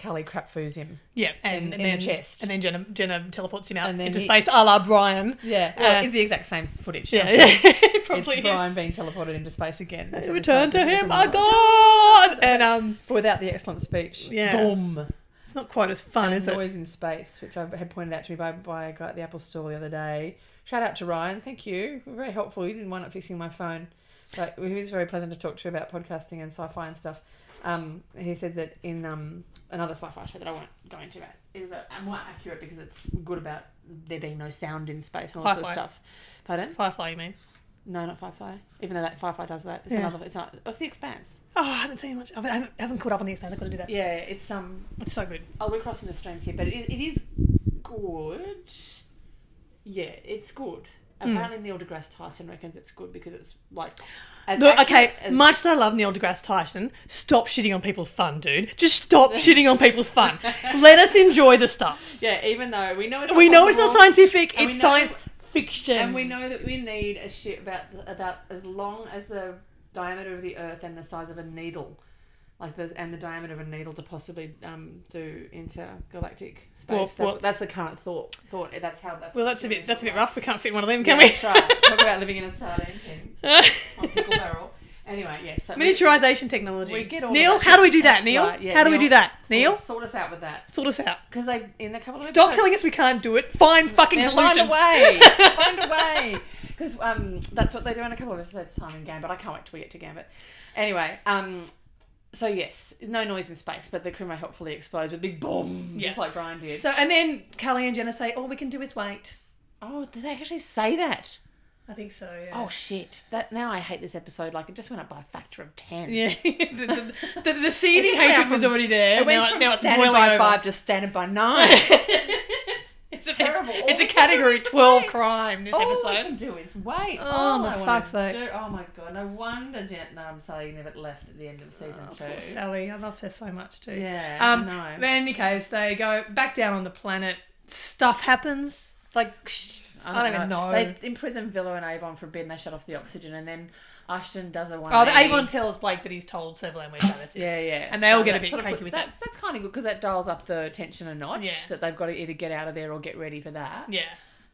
S2: Callie crapfoos him.
S1: Yeah, and,
S2: In-
S1: and
S2: in the
S1: then
S2: chest.
S1: and then Jenna Jenna teleports him out
S2: And then
S1: into
S2: he-
S1: space, a la Brian.
S2: Yeah,
S1: well,
S2: it's the exact same footage.
S1: Yeah, yeah, it
S2: It's
S1: probably
S2: Brian
S1: is.
S2: being teleported into space again. That's what
S1: Return
S2: it's
S1: to
S2: like.
S1: him, my god! And um,
S2: But without the excellent speech.
S1: Yeah.
S2: Boom.
S1: it's not quite as fun, is
S2: and
S1: it?
S2: noise in space, which I had pointed out to me by, by a guy at the Apple store the other day. Shout out to Ryan, thank you. You were Very helpful. You didn't wind up fixing my phone, but he was very pleasant to talk to about podcasting and sci-fi and stuff. Um, he said that in um, another sci-fi show that I won't go into about is uh, more accurate because it's good about there being no sound in space and all that sort of
S1: Firefly.
S2: stuff. Pardon?
S1: Firefly, you mean?
S2: No, not Firefly. Even though that Firefly does that, it's
S1: Yeah.
S2: another. It's not. What's the Expanse?
S1: Oh, I haven't seen much. I haven't, I haven't- I haven't caught up on the Expanse. I've got to do that.
S2: Yeah, it's um.
S1: It's so good.
S2: Oh, we're crossing the streams here, but it is, it is good. Yeah, it's good.
S1: Hmm.
S2: Apparently, Neil deGrasse Tyson reckons it's good because it's like. As
S1: Look,
S2: accurate
S1: okay,
S2: as-
S1: much as I love Neil deGrasse Tyson, stop shitting on people's fun, dude. Just stop shitting on people's fun. Let us enjoy the stuff.
S2: Yeah, even though we know it's
S1: We know it's not
S2: possible,
S1: scientific,
S2: And we
S1: it's
S2: know-
S1: science fiction.
S2: and we know that we need a ship about about as long as the diameter of the Earth and the size of a needle. like the and the diameter of a needle to possibly um, do intergalactic space.
S1: Well,
S2: that's,
S1: well-
S2: what, that's the current thought. Thought that's how that's.
S1: Well,
S2: what
S1: that's a
S2: she
S1: bit
S2: means
S1: that's a
S2: by-
S1: bit rough. We can't fit one of them,
S2: Yeah,
S1: can we?
S2: That's right. Talk about living in a sardine tin on pickle barrel. Anyway, yes. so we-
S1: Miniaturization technology.
S2: We get all
S1: Neil,
S2: of that.
S1: how do we do that,
S2: That's
S1: Neil?
S2: right, yeah,
S1: how do we
S2: Neil.
S1: do that,
S2: sort-
S1: Neil?
S2: Sort us out with that.
S1: Sort us out.
S2: Because they in the couple of
S1: Stop
S2: episodes-
S1: telling us we can't do it. Find fucking
S2: Now Find
S1: solutions.
S2: a way. find a way. Because um, that's what they do in a couple of episodes time in Gambit. I can't wait till we get to Gambit. Anyway, um, so yes, no noise in space, but the Krimo helpfully explodes with a big boom,
S1: Yeah.
S2: just like Brian did.
S1: So, and then Callie and Jenna say, "All we can do is wait."
S2: oh, did they actually say that?
S1: I think so. Yeah.
S2: Oh shit! That now I hate this episode. Like it just went up by a factor of ten.
S1: yeah. the, the, the, the seething
S2: It just went
S1: hatred
S2: from-
S1: was already there.
S2: It went
S1: now,
S2: from
S1: now it's
S2: standard
S1: boiling
S2: by
S1: over.
S2: five to standard by nine.
S1: It's, a-
S2: terrible.
S1: It's,
S2: All
S1: a
S2: we can
S1: category
S2: do is
S1: twelve
S2: wait.
S1: crime. This
S2: All I
S1: episode.
S2: can do is wait.
S1: Oh,
S2: All
S1: the
S2: I wanna
S1: fuck's sake.
S2: do- Oh my god! No wonder Vietnam Sally never left at the end of season two.
S1: Oh, Poor Sally, I loved her so much too.
S2: Yeah,
S1: Um,
S2: I know.
S1: but in any case, they go back down on the planet. Stuff happens. Like I don't, even know.
S2: They imprison Villa and Avon for a bit, and they shut off the oxygen, and then Ashton does a one.
S1: oh, the Avon tells Blake that he's told Silverland where Travis is.
S2: Yeah, yeah.
S1: And they all get a
S2: that
S1: bit
S2: sort of
S1: cranky
S2: puts-
S1: with
S2: that.
S1: it.
S2: That's kind of good because that dials up the tension a notch
S1: Yeah.
S2: that they've got to either get out of there or get ready for that.
S1: Yeah.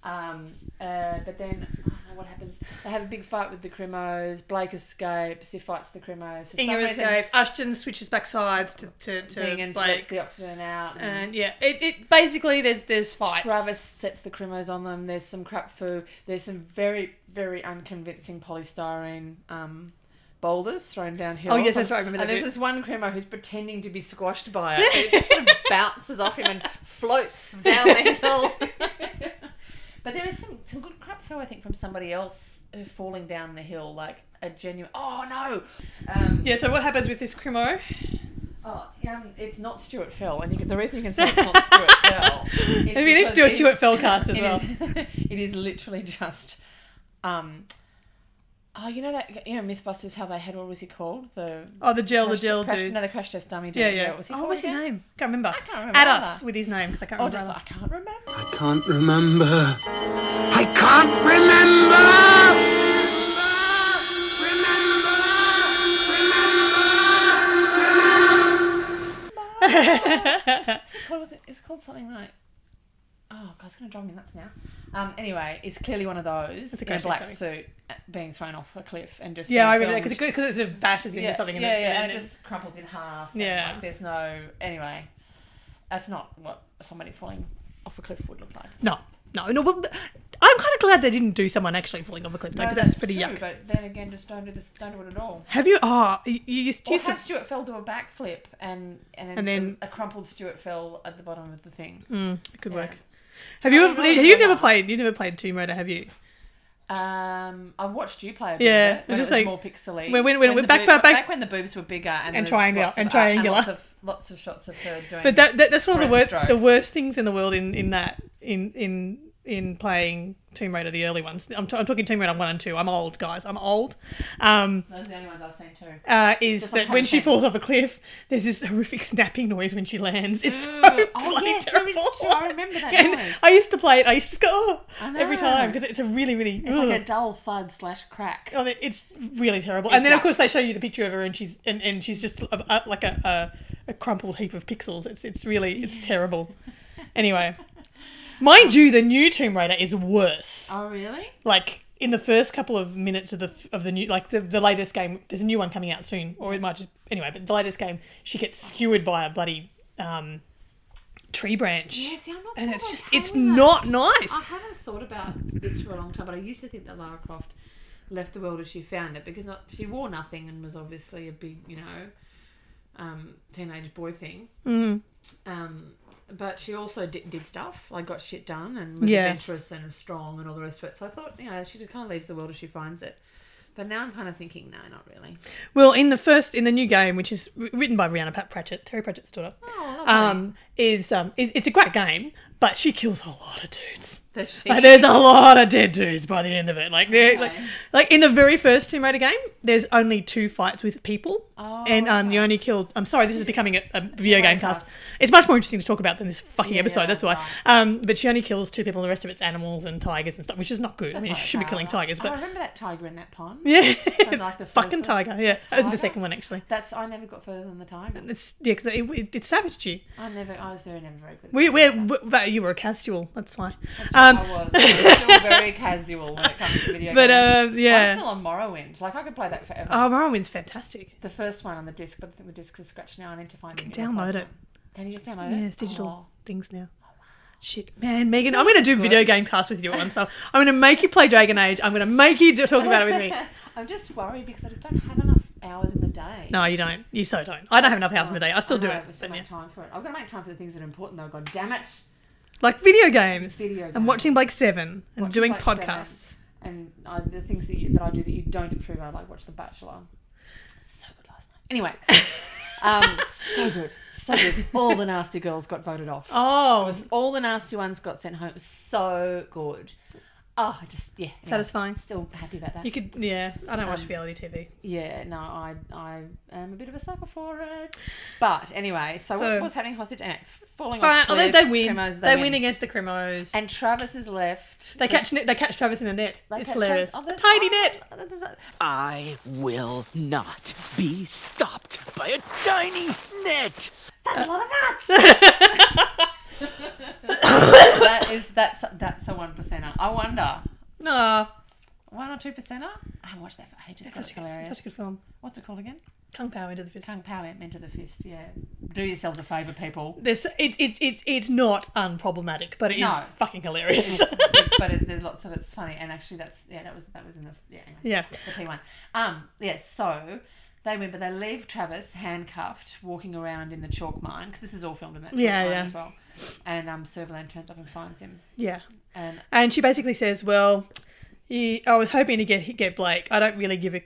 S2: Um, uh, but then, I don't know what happens. They have a big fight with the Crimos. Blake escapes. He fights the Crimos. For some
S1: Inga
S2: reason,
S1: escapes. Ashton switches back sides to, to,
S2: thing
S1: to
S2: and lets
S1: Blake.
S2: the oxygen out. And,
S1: And yeah, it, it basically there's there's fights.
S2: Travis sets the crimos on them. There's some crap foo. There's some very, very unconvincing polystyrene um, boulders thrown downhill.
S1: Oh, yes, that's right, I remember
S2: And
S1: that
S2: there's
S1: bit.
S2: this one crimo who's pretending to be squashed by it. and it just sort of bounces off him and floats down the hill. but there is some, some good crap foo, I think, from somebody else who falling down the hill, like a genuine. Oh, no! Um,
S1: Yeah. So what happens with this Crimo?
S2: Oh, um, it's not Stuart Fell, and you can, the reason you can say it's not Stuart Fell. is
S1: And we need to
S2: because
S1: do a
S2: it-
S1: Stuart Fell cast as
S2: it
S1: well.
S2: is- it is literally just, um, oh, you know that you know MythBusters how they had what was he called the
S1: Oh, the gel, the
S2: crash-
S1: gel
S2: crash-
S1: dude.
S2: no the crash test dummy dude
S1: yeah, yeah.
S2: what was he
S1: oh,
S2: called
S1: what was his
S2: again?
S1: name? Can't remember.
S2: I can't
S1: At
S2: remember.
S1: us with his name because I can't
S2: Oh,
S1: remember.
S2: just I
S1: either.
S2: can't remember.
S10: I can't remember. I can't remember. Remember.
S2: What was it? It's called something like. Oh God, it's gonna drive me nuts now. Um, anyway, it's clearly one of those
S1: It's
S2: in a
S1: a crash test
S2: black
S1: dummy.
S2: suit uh, being thrown off a cliff and just
S1: yeah, I
S2: being
S1: remember
S2: filmed.
S1: because because it, sort of bashes into
S2: yeah,
S1: something.
S2: Yeah,
S1: and,
S2: yeah,
S1: then-
S2: and,
S1: then-
S2: it just crumples in half. yeah,
S1: Yeah.
S2: like, there's no. Anyway, that's not what somebody falling off a cliff would look like.
S1: no, no, no. Well, th- I'm kind of glad they didn't do someone actually falling off a cliff though, because that's, pretty
S2: true,
S1: yuck.
S2: But then again, just don't do this. Don't do it at all.
S1: Have you? Oh, you, you used,
S2: Or
S1: used
S2: have
S1: to.
S2: Stuart Fell do a backflip and and then,
S1: And then-
S2: a crumpled Stuart Fell at the bottom of the thing.
S1: Mm, good
S2: Yeah. Oh,
S1: work. Have you?
S2: I
S1: Ever,
S2: don't know
S1: you've
S2: about
S1: never
S2: that.
S1: played. You've never played Tomb Raider, have you?
S2: Um, I watched you play. A bit
S1: Yeah,
S2: of it, when
S1: just
S2: it was
S1: like-
S2: more pixely.
S1: when- when- when-
S2: the
S1: back-
S2: boob-
S1: back- back-
S2: when the boobs were bigger and,
S1: And
S2: there was
S1: triangular-
S2: lots
S1: and
S2: of, uh,
S1: triangular.
S2: lots of lots of shots of her doing.
S1: But that, that that's one of the worst
S2: breaststroke.
S1: the worst things in the world in in that in in in playing Tomb Raider the early ones. I'm, t- I'm talking Tomb Raider one and two. I'm old guys. I'm old. Um,
S2: those are the only ones I've seen too.
S1: uh, is
S2: Just like
S1: that when she
S2: Hurricane.
S1: falls off a cliff, there's this horrific snapping noise when she lands. It's so
S2: Mm. Oh,
S1: bloody
S2: yes, there is
S1: terrible.
S2: too. I remember that
S1: And
S2: noise.
S1: I used to play it. I used to go oh,
S2: I
S1: every
S2: know.
S1: time because it's a really really.
S2: It's
S1: ugh.
S2: like a dull thud slash crack.
S1: Oh, they- it's really terrible.
S2: It's
S1: and then,
S2: like-
S1: of course, they show you the picture of her, and she's and, and she's just a, a, like a, a a crumpled heap of pixels. It's it's really it's terrible. Anyway, mind you, the new Tomb Raider is worse.
S2: Oh, really?
S1: Like in the first couple of minutes of the f- of the new like the, the latest game, there's a new one coming out soon, or it might just anyway. But the latest game, she gets
S2: Oh.
S1: skewered by a bloody um, tree branch,
S2: Yeah, see, I'm not
S1: and
S2: sure
S1: it's
S2: about
S1: just
S2: oh, how
S1: it's
S2: that-
S1: not nice.
S2: I haven't thought about this for a long time, but I used to think that Lara Croft left the world as she found it because not she wore nothing and was obviously a big, you know, um, teenage boy thing.
S1: Mm-hmm.
S2: Mm. Um, but she also did, did stuff, like got shit done and was
S1: Yeah.
S2: adventurous and strong and all the rest of it. So I thought, you know, she kind of leaves the world as she finds it. But now I'm kind of thinking, no, not really.
S1: Well, in the first in the new game, which is wr- written by Rihanna Pat Pratchett, Terry
S2: Oh,
S1: Pratchett's daughter, um, is um, is it's a great game, but she kills a lot of dudes.
S2: The sheep.
S1: Like, there's a lot of dead dudes by the end of it. Like, they're- like,
S2: Okay.
S1: like in the very first Tomb Raider game, there's only two fights with people, and um,
S2: Oh.
S1: you only killed. I'm sorry, this is becoming a, a video game cast. It's much more interesting to talk about than this fucking episode.
S2: yeah,
S1: that's why. Um, but she only kills two people. and The rest of it's animals and tigers and stuff, which is not good. I mean,
S2: not
S1: she should be
S2: bad.
S1: killing tigers,
S2: I
S1: but
S2: remember that tiger in that pond.
S1: yeah,
S2: like the
S1: fucking
S2: first one.
S1: tiger. Yeah, that was
S2: tiger?
S1: the second one actually.
S2: That's I never got further than the tiger.
S1: It's yeah, 'cause it, it, it savaged you.
S2: I never. I was there never very good.
S1: We, we're, we but you were a casual. That's why.
S2: I
S1: Um,
S2: was. I was still very casual when it comes to video
S1: but
S2: games.
S1: uh, yeah.
S2: I'm still on Morrowind. Like I could play that forever.
S1: Oh, Morrowind's fantastic.
S2: the first one on the disc, but I think the disc is scratched now. I need to find. Can
S1: Download it.
S2: Can you just download it?
S1: Yeah, it's digital
S2: Oh.
S1: things now. Shit, man, Megan, I'm going to do video game cast with you at once. So I'm going to make you play Dragon Age. I'm going to make you do- talk about it with me.
S2: I'm just worried because I just don't have enough hours in the day.
S1: No, you don't. You so don't. I don't have enough hours in the day. I still do
S2: know,
S1: it.
S2: but still
S1: but
S2: make
S1: yeah.
S2: time for it. I've got to make time for the things that are important, though. God damn it!
S1: Like video games.
S2: Video
S1: I'm
S2: games.
S1: watching Blake Seven and
S2: Watching
S1: doing
S2: Blake Seven.
S1: podcasts.
S2: And uh, the things that, you, that I do that you don't approve, I like watch The Bachelor. So good last night. Anyway, um, so good, so good. All the nasty girls got voted off.
S1: Oh,
S2: All the nasty ones got sent home. It was So good. Oh, I just yeah. Um, anyway,
S1: Satisfying.
S2: Still happy about that.
S1: you could. Yeah, I don't watch reality TV.
S2: Yeah, no, I I am a bit of a sucker for it. But anyway, so,
S1: So-
S2: what was happening? Hostage and falling
S1: Fine.
S2: off.
S1: Oh, they,
S2: cliffs,
S1: they win.
S2: Cremos,
S1: they win. against the Cremos.
S2: And Travis is left.
S1: they catch. They catch Travis in a net.
S2: They
S1: it's
S2: catch
S1: hilarious.
S2: Travis- oh,
S1: a
S2: they-
S1: tiny
S2: oh,
S1: net.
S2: there's a-
S3: I will not be stopped by a tiny net.
S2: That is that's that's a one percenter. I wonder
S1: No,
S2: one or two percenter. I haven't watched that for ages. It's
S1: such, a good-
S2: hilarious.
S1: such a good film.
S2: What's it called again?
S1: Kung Pao into the fist.
S2: Kung Pao Ant Into the Fist. Yeah. Do yourselves a favor, people.
S1: This it, it's it's it's not unproblematic, but it is
S2: No.
S1: fucking hilarious.
S2: It's- but it, there's lots of it's funny, and actually that's yeah that was that was in this yeah. anyway.
S1: yeah.
S2: the P one. Um, yeah, so they win, but they leave Travis handcuffed, walking around in the chalk mine because this is all filmed in that chalk
S1: Yeah,
S2: mine
S1: yeah.
S2: as well. And um, Serverland turns up and finds him,
S1: Yeah.
S2: and
S1: And she basically says, "Well, you, I was hoping to get get Blake. I don't really give a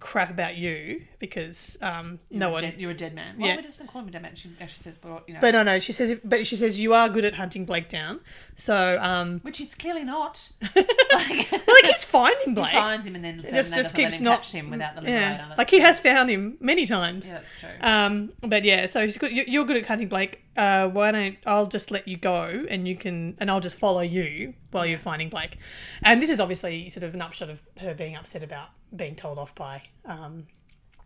S1: crap about you because um no one
S2: dead, you're a dead man. Well,
S1: Yeah.
S2: we just don't call him a dead man. She actually says, well, you know,
S1: But no, no, she says but she says you are good at hunting Blake down. So um
S2: which he's clearly not.
S1: well, he keeps finding Blake.
S2: finds him and then Serverland
S1: just
S2: doesn't
S1: just
S2: let
S1: keeps
S2: him
S1: not
S2: catch him without the liberator.
S1: yeah.
S2: That's-
S1: Like he has found him many times.
S2: Yeah, that's true.
S1: Um, but yeah, so he's good. you- You're good at hunting, Blake. Uh, why don't I'll just let you go, and you can, and I'll just follow you while you're finding Blake. And this is obviously sort of an upshot of her being upset about being told off by um,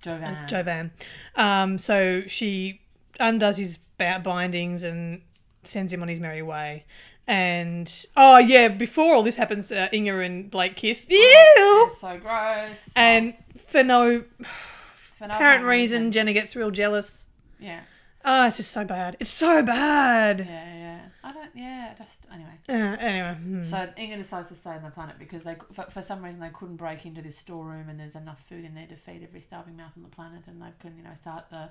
S2: Jovan.
S1: Jovan. Um, so she undoes his ba- bindings and sends him on his merry way. And oh yeah, before all this happens, uh, Inga and Blake kiss. Ew!
S2: That's so gross.
S1: And for
S2: For
S1: no
S2: no
S1: apparent
S2: apparent
S1: reason, Jenna gets real jealous.
S2: Yeah,
S1: Oh, it's just so bad. It's so bad.
S2: yeah, yeah. I don't. Yeah, just anyway.
S1: Uh, anyway, hmm.
S2: So Inga decides to stay on the planet because they, for, for some reason, they couldn't break into this storeroom, and there's enough food in there to feed every starving mouth on the planet, and they can, you know, start the,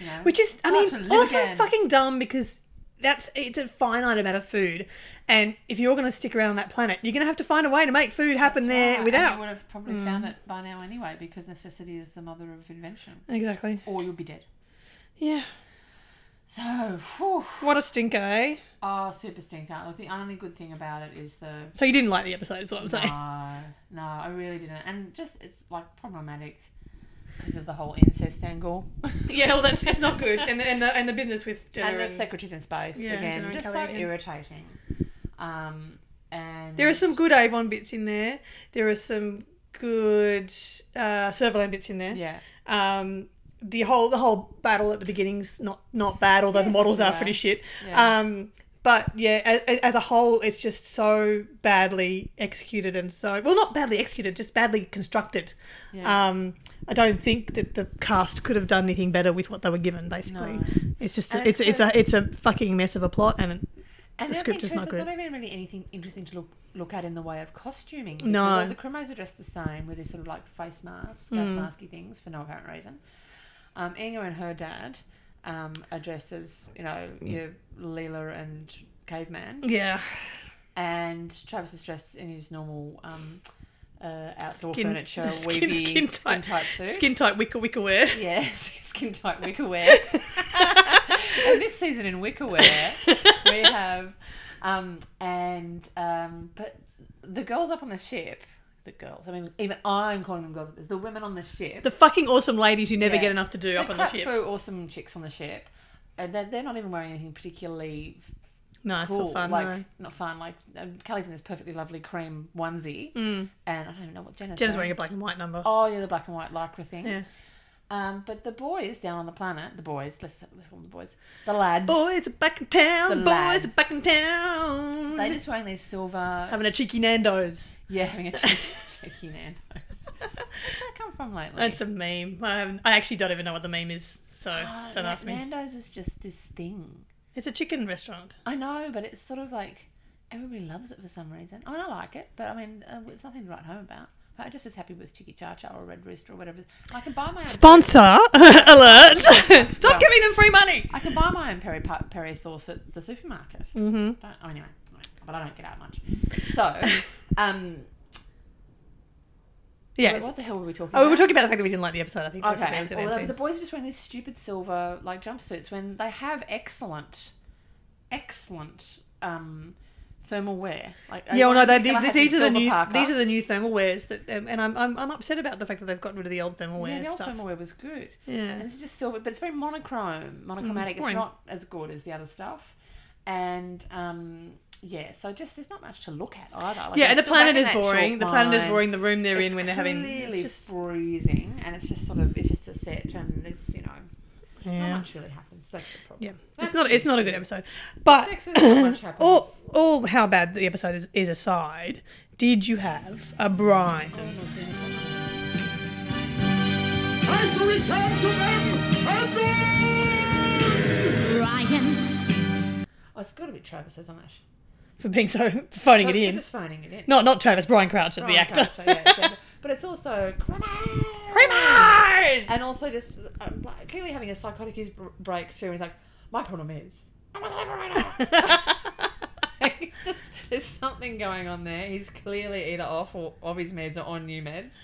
S2: you know,
S1: which is, I
S2: start to
S1: mean,
S2: live
S1: also
S2: again.
S1: fucking dumb because that's it's a finite amount of food, and if you're going to stick around on that planet, you're going to have to find a way to make food happen
S2: That's right,
S1: there
S2: and
S1: without. Hmm.
S2: You would have probably found it by now anyway, because necessity is the mother of invention,
S1: Exactly.
S2: or you'll be dead.
S1: Yeah.
S2: So, whew,
S1: What a stinker, eh?
S2: oh, super stinker. Look, the only good thing about it is the
S1: So you didn't like the episode, is what I'm saying.
S2: No, no, I really didn't. And just it's like problematic because of the whole incest angle.
S1: yeah, well, that's it's not good, and and the, and the business with Jenna
S2: and the
S1: and-
S2: secretaries in space
S1: Yeah,
S2: again,
S1: Jenna and
S2: just
S1: Kelly
S2: so
S1: again.
S2: irritating. Um, and
S1: There are some good Avon bits in there. There are some good uh, Serverland bits in there.
S2: yeah,
S1: um the whole the whole battle at the beginning's not not bad although the
S2: it's
S1: models
S2: not
S1: are
S2: too bad.
S1: pretty shit
S2: Yeah.
S1: um but yeah as, as a whole it's just so badly executed and so well not badly executed just badly constructed
S2: Yeah.
S1: um i don't think that the cast could have done anything better with what they were given basically it's just
S2: And
S1: it's
S2: it's
S1: it's, a it's a fucking mess of a plot and it-
S2: and
S1: the
S2: the
S1: script
S2: thing
S1: is
S2: too
S1: not
S2: there's
S1: good.
S2: not even really anything interesting to look look at in the way of costuming.
S1: No.
S2: because all the crimos are dressed the same with these sort of like face masks, gas
S1: Mm.
S2: masky things for no apparent reason. Um, Inga and her dad um, are dressed as you know
S1: Mm.
S2: your Leela and caveman.
S1: yeah
S2: and Travis is dressed in his normal um, uh, outdoor
S1: Skin-
S2: furniture,
S1: skin-
S2: weavy,
S1: skin
S2: skin,
S1: tight-
S2: tight suit.
S1: skin tight wicker wicker wear
S2: Yes, skin tight wickerware. and this season in wickerware, we have Um, and um, but the girls up on the ship, the girls. I mean, even I'm calling them girls. The women on the ship.
S1: The fucking awesome ladies you never
S2: Yeah.
S1: get enough to do
S2: They're
S1: up on the
S2: quite
S1: ship.
S2: few awesome chicks on the ship. And they're, they're not even wearing anything particularly
S1: nice
S2: cool.
S1: or fun.
S2: like
S1: no.
S2: not fun. Like um, Kelly's in this perfectly lovely cream onesie, and I don't even know what Jenna's,
S1: Mm. Jenna's wearing a black and white number.
S2: Oh yeah, the black and white lycra thing.
S1: Yeah.
S2: Um, but the boys down on the planet, the boys. Let's let's call them the boys. The lads.
S1: Boys are back in town.
S2: The
S1: boys
S2: lads.
S1: are back in town.
S2: They're just wearing these silver.
S1: Having a cheeky Nando's.
S2: yeah, having a cheeky, cheeky Nando's. Where's that come from lately?
S1: That's a meme. I, haven't, I actually don't even know what the meme is, so
S2: Uh,
S1: don't
S2: Na-
S1: ask me.
S2: Nando's is just this thing.
S1: It's a chicken restaurant.
S2: I know, but it's sort of like everybody loves it for some reason. I mean, I like it, but I mean, uh, it's nothing to write home about. I'm just as happy with Chicky Char Char or Red Rooster or whatever. I can buy my own.
S1: Sponsor alert! Stop giving them free money.
S2: I can buy my own peri pa- peri sauce at the supermarket. Mm-hmm. But, oh, anyway, anyway, but I don't get out much. So, um,
S1: Yeah.
S2: wait, what the hell were we talking?
S1: Oh, we
S2: about?
S1: were talking about the fact that we didn't like the episode. I think that's what
S2: Okay,
S1: I was
S2: and,
S1: going
S2: well,
S1: to.
S2: the boys are just wearing these stupid silver like jumpsuits when they have excellent, excellent um, thermal wear. Like
S1: Yeah, well, no, they,
S2: I
S1: these,
S2: had
S1: these
S2: some
S1: are the
S2: silver
S1: new
S2: parka.
S1: these are the new thermal wears that, um, and I'm, I'm I'm upset about the fact that they've gotten rid of the old thermal wear
S2: yeah, the old
S1: stuff.
S2: thermal wear was good.
S1: Yeah.
S2: and it's just silver, but it's very monochrome,
S1: Mm,
S2: monochromatic. it's
S1: boring.
S2: not as good as the other stuff, and um, yeah, so just there's not much to look at either. Like,
S1: yeah,
S2: they're
S1: and the
S2: still back in
S1: planet is
S2: that
S1: boring.
S2: chalk
S1: The planet is
S2: line.
S1: boring. The room they're in when they're having
S2: clearly
S1: it's just
S2: freezing, and it's just sort of it's just a set, and it's you know not
S1: yeah.
S2: much really happens. That's the problem.
S1: Yeah, Oh. it's not it's not a good episode, but
S2: Sex is not much happens.
S1: all all how bad the episode is, is aside, did you have a Brian?
S11: I shall return to them and
S2: Oh, it's got to be Travis, isn't it?
S1: for being so for phoning
S2: But
S1: it
S2: we're
S1: in.
S2: just phoning it in.
S1: Not not Travis Brian Crouch,
S2: Right,
S1: the actor.
S2: okay, so yeah, it's better. but it's also Cremers.
S1: Creamers!
S2: and also just um, like, clearly having a psychotic is br- break too. He's like, my problem is I'm a liberator. Like, just there's something going on there. He's clearly either off or of his meds or on new meds.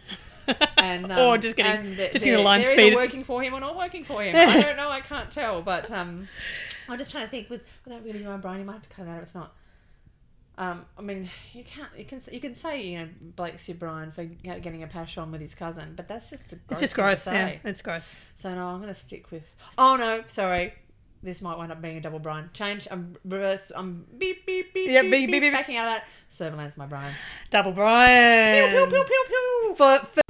S2: And, um,
S1: or just getting
S2: and th-
S1: just
S2: they're,
S1: getting a line
S2: they're either
S1: speed.
S2: working for him or not working for him. I don't know. I can't tell. But um, I'm just trying to think. With without really knowing Brian, you might have to cut it out if it's not. Um, I mean, you can't. You can. You can say you know Blake's your Brian for you know, getting a pash on with his cousin, but that's just a gross
S1: It's just
S2: thing to
S1: gross. Yeah,
S2: say.
S1: it's gross.
S2: So no, I'm going to stick with. Oh no, sorry. This might wind up being a double Brian. Change. I'm reverse. I'm beep beep beep.
S1: Yeah,
S2: beep,
S1: beep,
S2: beep,
S1: beep, beep.
S2: Backing out of that. Serverland's my Brian.
S1: Double Brian.
S2: Pew, pew, pew, pew. For, for...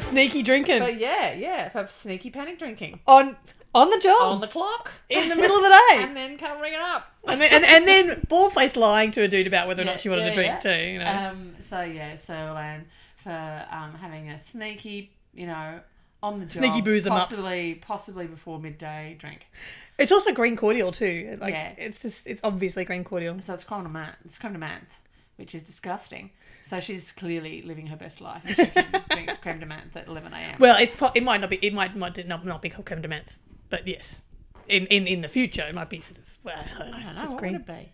S1: Sneaky drinking
S2: But yeah, yeah. For sneaky panic drinking
S1: on on the job
S2: on the clock
S1: in the middle of the day,
S2: and then covering it up.
S1: and then and, and then ballface lying to a dude about whether or
S2: Yeah,
S1: not she wanted
S2: yeah,
S1: a drink
S2: yeah.
S1: too. You know.
S2: Um. So yeah, Serverland for um having a sneaky, you know, on the job,
S1: Sneaky booze 'em up.
S2: possibly, possibly before midday drink.
S1: it's also green cordial too. Like
S2: Yeah.
S1: it's just it's obviously green cordial.
S2: So it's chronomanth. It's chronomanth, which is disgusting. So she's clearly living her best life. if She can drink creme de menthe at 11 a.m.
S1: Well, it's po- it might not be it might not not, not be called creme de menthe, but yes, in in in the future it might be sort of well,
S2: I don't
S1: it's
S2: know
S1: just
S2: Oh, what
S1: green.
S2: would it be?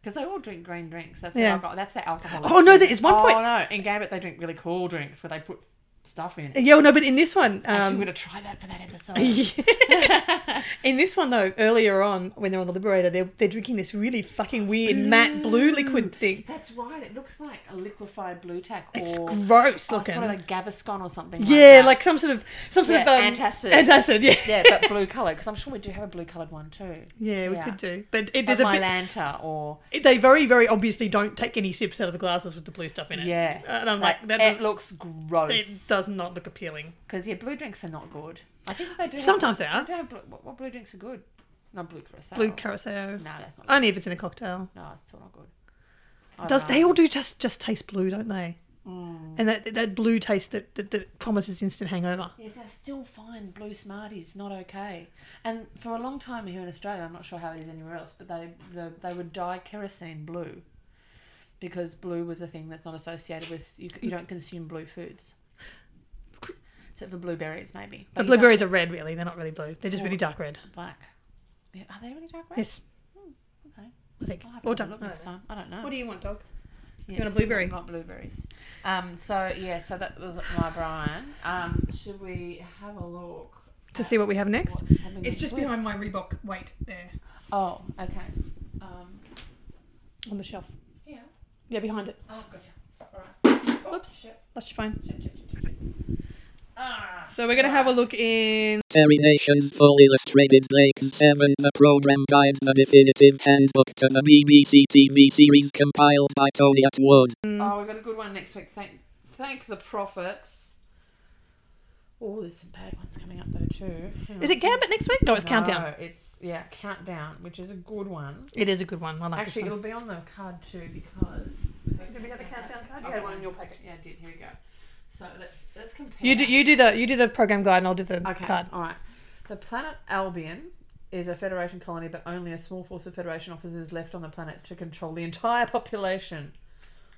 S2: Because they all drink green drinks. That's
S1: Yeah.
S2: the alcohol. That's the alcohol.
S1: Oh, no, there is one
S2: oh,
S1: point-
S2: no, in Gambit they drink really cool drinks where they put stuff in.
S1: Yeah, well, no, but in this one,
S2: Actually,
S1: um,
S2: we're gonna try that for that episode.
S1: in this one though, earlier on when they're on the Liberator, they're they're drinking this really fucking weird matte blue liquid thing.
S2: That's right. It looks like a liquefied blue tack or
S1: It's gross
S2: Oh, it's
S1: looking.
S2: probably like Gaviscon or something.
S1: yeah,
S2: that.
S1: like some sort of some sort
S2: Yeah,
S1: of um,
S2: antacid.
S1: Antacid, yeah,
S2: yeah, but blue coloured. Because I'm sure we do have a blue coloured one too.
S1: yeah, we
S2: Yeah.
S1: could do. But it,
S2: There's
S1: there's a bit,
S2: Mylanta or
S1: they very very obviously don't take any sips out of the glasses with the blue stuff in it.
S2: Yeah.
S1: and I'm like, that
S2: it
S1: does,
S2: looks
S1: it
S2: gross.
S1: does not look appealing.
S2: Because, yeah, blue drinks are not good. I think they do. have-
S1: Sometimes they are.
S2: do have blue, what, what blue drinks are good? Not blue curacao.
S1: Blue curacao.
S2: No, that's not
S1: Only if it's in a cocktail.
S2: good. No, it's still not good. I
S1: Does
S2: don't know. Mm.
S1: they all do just just taste blue, don't they? And that that blue taste that, that, that promises instant hangover.
S2: Yes, I still find blue Smarties not okay. And for a long time here in Australia, I'm not sure how it is anywhere else, but they the, they would dye kerosene blue because blue was a thing that's not associated with you. You don't consume blue foods, except for blueberries, maybe.
S1: But
S2: you don't-
S1: blueberries are red, really. They're not really blue. They're just really dark red.
S2: black. Yeah, Are they really dark red?
S1: Yes,
S2: Okay.
S1: I think.
S2: I'll have
S1: Or
S2: to
S1: dark.
S2: look next time. I don't know.
S1: you want, dog?
S2: Yes,
S1: want a blueberry?
S2: Not blueberries. Um, so yeah, so that was my Brian. Um, should we have a look
S1: to see what we have next.
S2: What's happening
S1: It's just
S2: with-
S1: behind my Reebok weight there
S2: Oh, okay. Um,
S1: on the shelf.
S2: yeah.
S1: Yeah, behind it.
S2: Oh, gotcha. Alright. Oh,
S1: Whoops.
S2: shit,
S1: Lost your phone.
S2: shit, shit, shit, shit, shit. Ah.
S1: So we're gonna have a look in.
S12: Terminations Full Illustrated Lake 7 The Program Guide The Definitive Handbook to the BBC TV Series compiled by Tony Atwood.
S1: Mm.
S2: Oh, we've got a good one next week. Thank, thank the prophets. Oh, there's some bad ones coming up though too. Hang on
S1: Is it
S2: a second.
S1: Gambit next week? No, it's Countdown.
S2: No, it's yeah, countdown, which is a good one.
S1: It is a good one. I like
S2: Actually,
S1: Actually,
S2: it'll be on the card too because. Did we have the countdown card? You had one in your packet. Yeah, I did. Here we go. So let's let's compare.
S1: You do you do the you do the program guide and I'll do the
S2: Okay.
S1: card.
S2: All right. The planet Albion is a Federation colony, but only a small force of Federation officers left on the planet to control the entire population.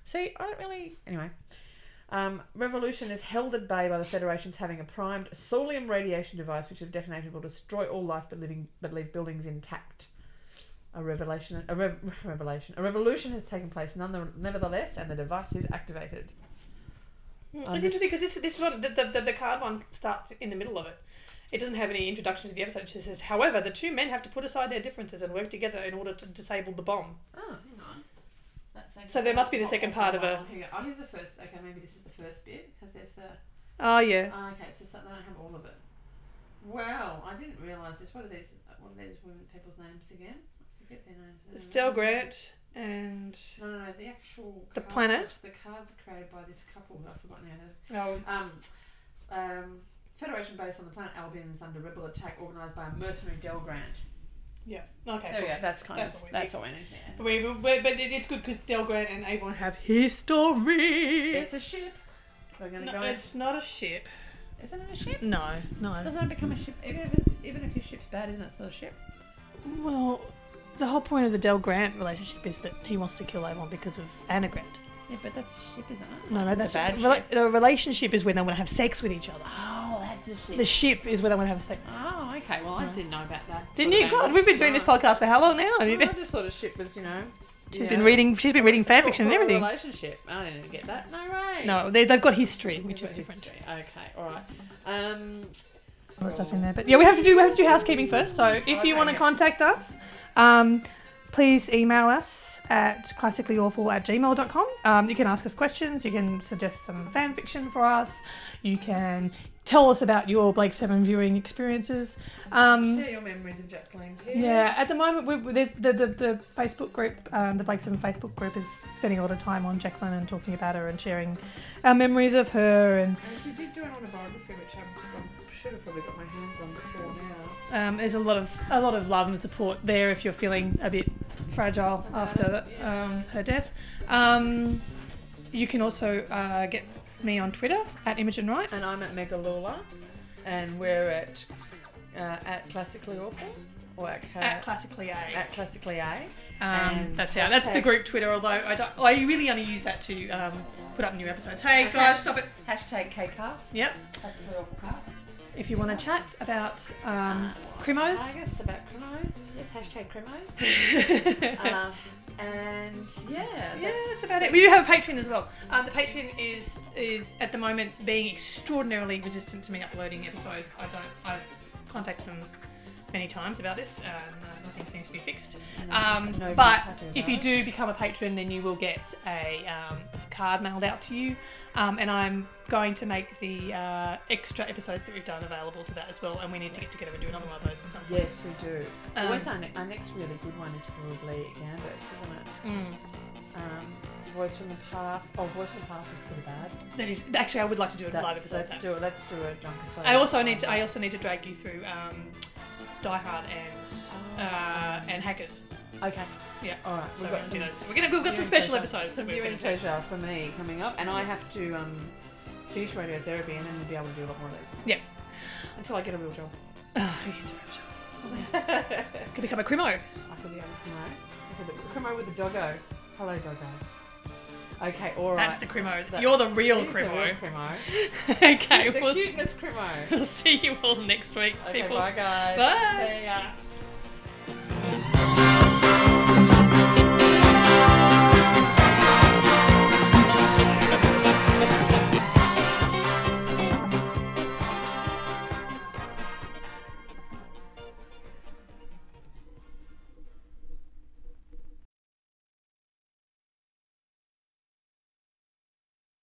S2: See, I don't really. Anyway. Um, Revolution is held at bay by the Federation's having a primed solium radiation device, which, if detonated, will destroy all life but living but leave buildings intact. A revelation, a rev- revelation, a revolution has taken place, none nevertheless, and the device is activated. I'm
S1: It's
S2: just-
S1: interesting because this this one the, the, the, the card one starts in the middle of it. It doesn't have any introduction to the episode. It just says, however, the two men have to put aside their differences and work together in order to disable the bomb.
S2: Oh, hang on. That's
S1: So there must be the second part of a-
S2: Here we go. Oh, here's the first. Okay, maybe this is the first bit because there's the.
S1: Oh yeah.
S2: Oh, okay, so something I don't have all of it. Wow, I didn't realise this. What are these? uh, What are these women people's names again? I forget their names. I don't
S1: Stell
S2: remember.
S1: Grant and
S2: No, no, no. The actual.
S1: The
S2: cards-
S1: planet?
S2: The cards are created by this couple. I've forgotten how. they're-
S1: oh,
S2: Um, um, Federation base on the planet Albion is under rebel attack organised by a mercenary Delgrand.
S1: yeah. Okay.
S2: There we
S1: cool.
S2: go. That's kind
S1: That's
S2: of.
S1: what we
S2: that's
S1: need.
S2: what we need. Yeah.
S1: But, we, but, but it- it's good because Del Grant and Avon have history.
S2: It's a ship. We're gonna
S1: no,
S2: go.
S1: it's not a ship.
S2: Isn't it a ship?
S1: No, no.
S2: Doesn't it become a ship? Even if, it, even if your ship's bad, isn't it still a ship?
S1: Well, the whole point of the Del Grant relationship is that he wants to kill Avon because of Anna Grant.
S2: Yeah, but that's ship, isn't it?
S1: No, no,
S2: That's
S1: that's,
S2: a bad
S1: rela-
S2: ship.
S1: A relationship is when they want to have sex with each other.
S2: Oh, that's a ship.
S1: The ship is when they want to have sex.
S2: oh, okay. Well, I didn't know about that.
S1: Didn't you? God, we've been doing this podcast for how long now?
S2: I,
S1: She's
S2: just thought a ship was, you know. She's
S1: been reading. She's been reading fan fiction and everything.
S2: relationship. I didn't even get that. No way.
S1: No, they, they've got history, which is
S2: Got
S1: different.
S2: history. Okay. All right. Um,
S1: All the stuff in there. But yeah, we have to do we have to do housekeeping first. So if
S2: Okay,
S1: you want to
S2: yeah.
S1: contact us, um, please email us at classicallyawful at gmail.com. Um, you can ask us questions. You can suggest some fan fiction for us. You can tell us about your Blake Seven viewing experiences. Um,
S2: share your memories of Jacqueline.
S1: yeah, at the moment, we- we, there's the, the, the Facebook group, um, the Blake Seven Facebook group, is spending a lot of time on Jacqueline and talking about her and sharing our memories of her. And
S2: And she did do an autobiography, which I'm, I should have probably got my hands on before now.
S1: um, there's a lot of a lot of love and support there if you're feeling a bit fragile after um, her death. Um, you can also uh, get me on Twitter at Imogen Wrights.
S2: And I'm at Megalula, and we're at uh, at Classically Awful, or at, ca-
S1: at classically a.
S2: at Classically A.
S1: um,
S2: and
S1: that's our that's the
S2: hashtag-
S1: group Twitter. Although I, don't, I really only use that to um, put up new episodes. Hey guys, stop it.
S2: Hashtag KCast.
S1: Yep.
S2: Classically Awful Cast.
S1: If you want to chat about um,
S2: I
S1: crimos,
S2: guess about Cremos. Yes, hashtag Cremos. um, and yeah,
S1: yeah,
S2: that's-
S1: that's about it. We do have a Patreon as well. Um, the Patreon is is at the moment being extraordinarily resistant to me uploading episodes. I don't. I've contacted them many times about this, and uh, nothing seems to be fixed. Um,
S2: nobody's
S1: but
S2: happy about
S1: if you
S2: it.
S1: do become a patron, then you will get a um, card mailed out to you, um, and I'm going to make the uh, extra episodes that we've done available to that as well. And we need to get together and do another one of those at some point.
S2: Yes, we do.
S1: Um,
S2: What's our, ne- our next really good one is probably Gambit, isn't it?
S1: Mm.
S2: Um, Voice from the Past. Oh, Voice from the Past is pretty bad.
S1: That is actually, I would like to do a live
S2: That's,
S1: episode.
S2: let's
S1: though.
S2: do it. Let's do a drunk episode.
S1: I also need to.
S2: um,
S1: I also need to drag you through um, Die Hard and uh, and Hackers.
S2: Okay.
S1: Yeah.
S2: All right.
S1: So
S2: we've got
S1: we're gonna
S2: some
S1: do those. two. We're gonna. We've got some
S2: viewing
S1: special
S2: pleasure-
S1: episodes. So
S2: some
S1: we're
S2: viewing
S1: gonna do.
S2: pleasure for me coming up, and I have to um, finish radiotherapy, and then we'll be able to do a lot more of these.
S1: Yeah.
S2: Until I get a real job.
S1: Oh, yeah, it's a real job.
S2: I
S1: Could become a crimo.
S2: could be able to come out. I could come out with the doggo. Hello, doggo. Okay. All right.
S1: That's the crimo.
S2: That's-
S1: You're the real
S2: Here's the
S1: crimo.
S2: crimo.
S1: okay.
S2: The
S1: We'll,
S2: cuteness crimo.
S1: we'll see you all next week,
S2: Okay,
S1: people.
S2: bye guys.
S1: Bye.
S2: See ya.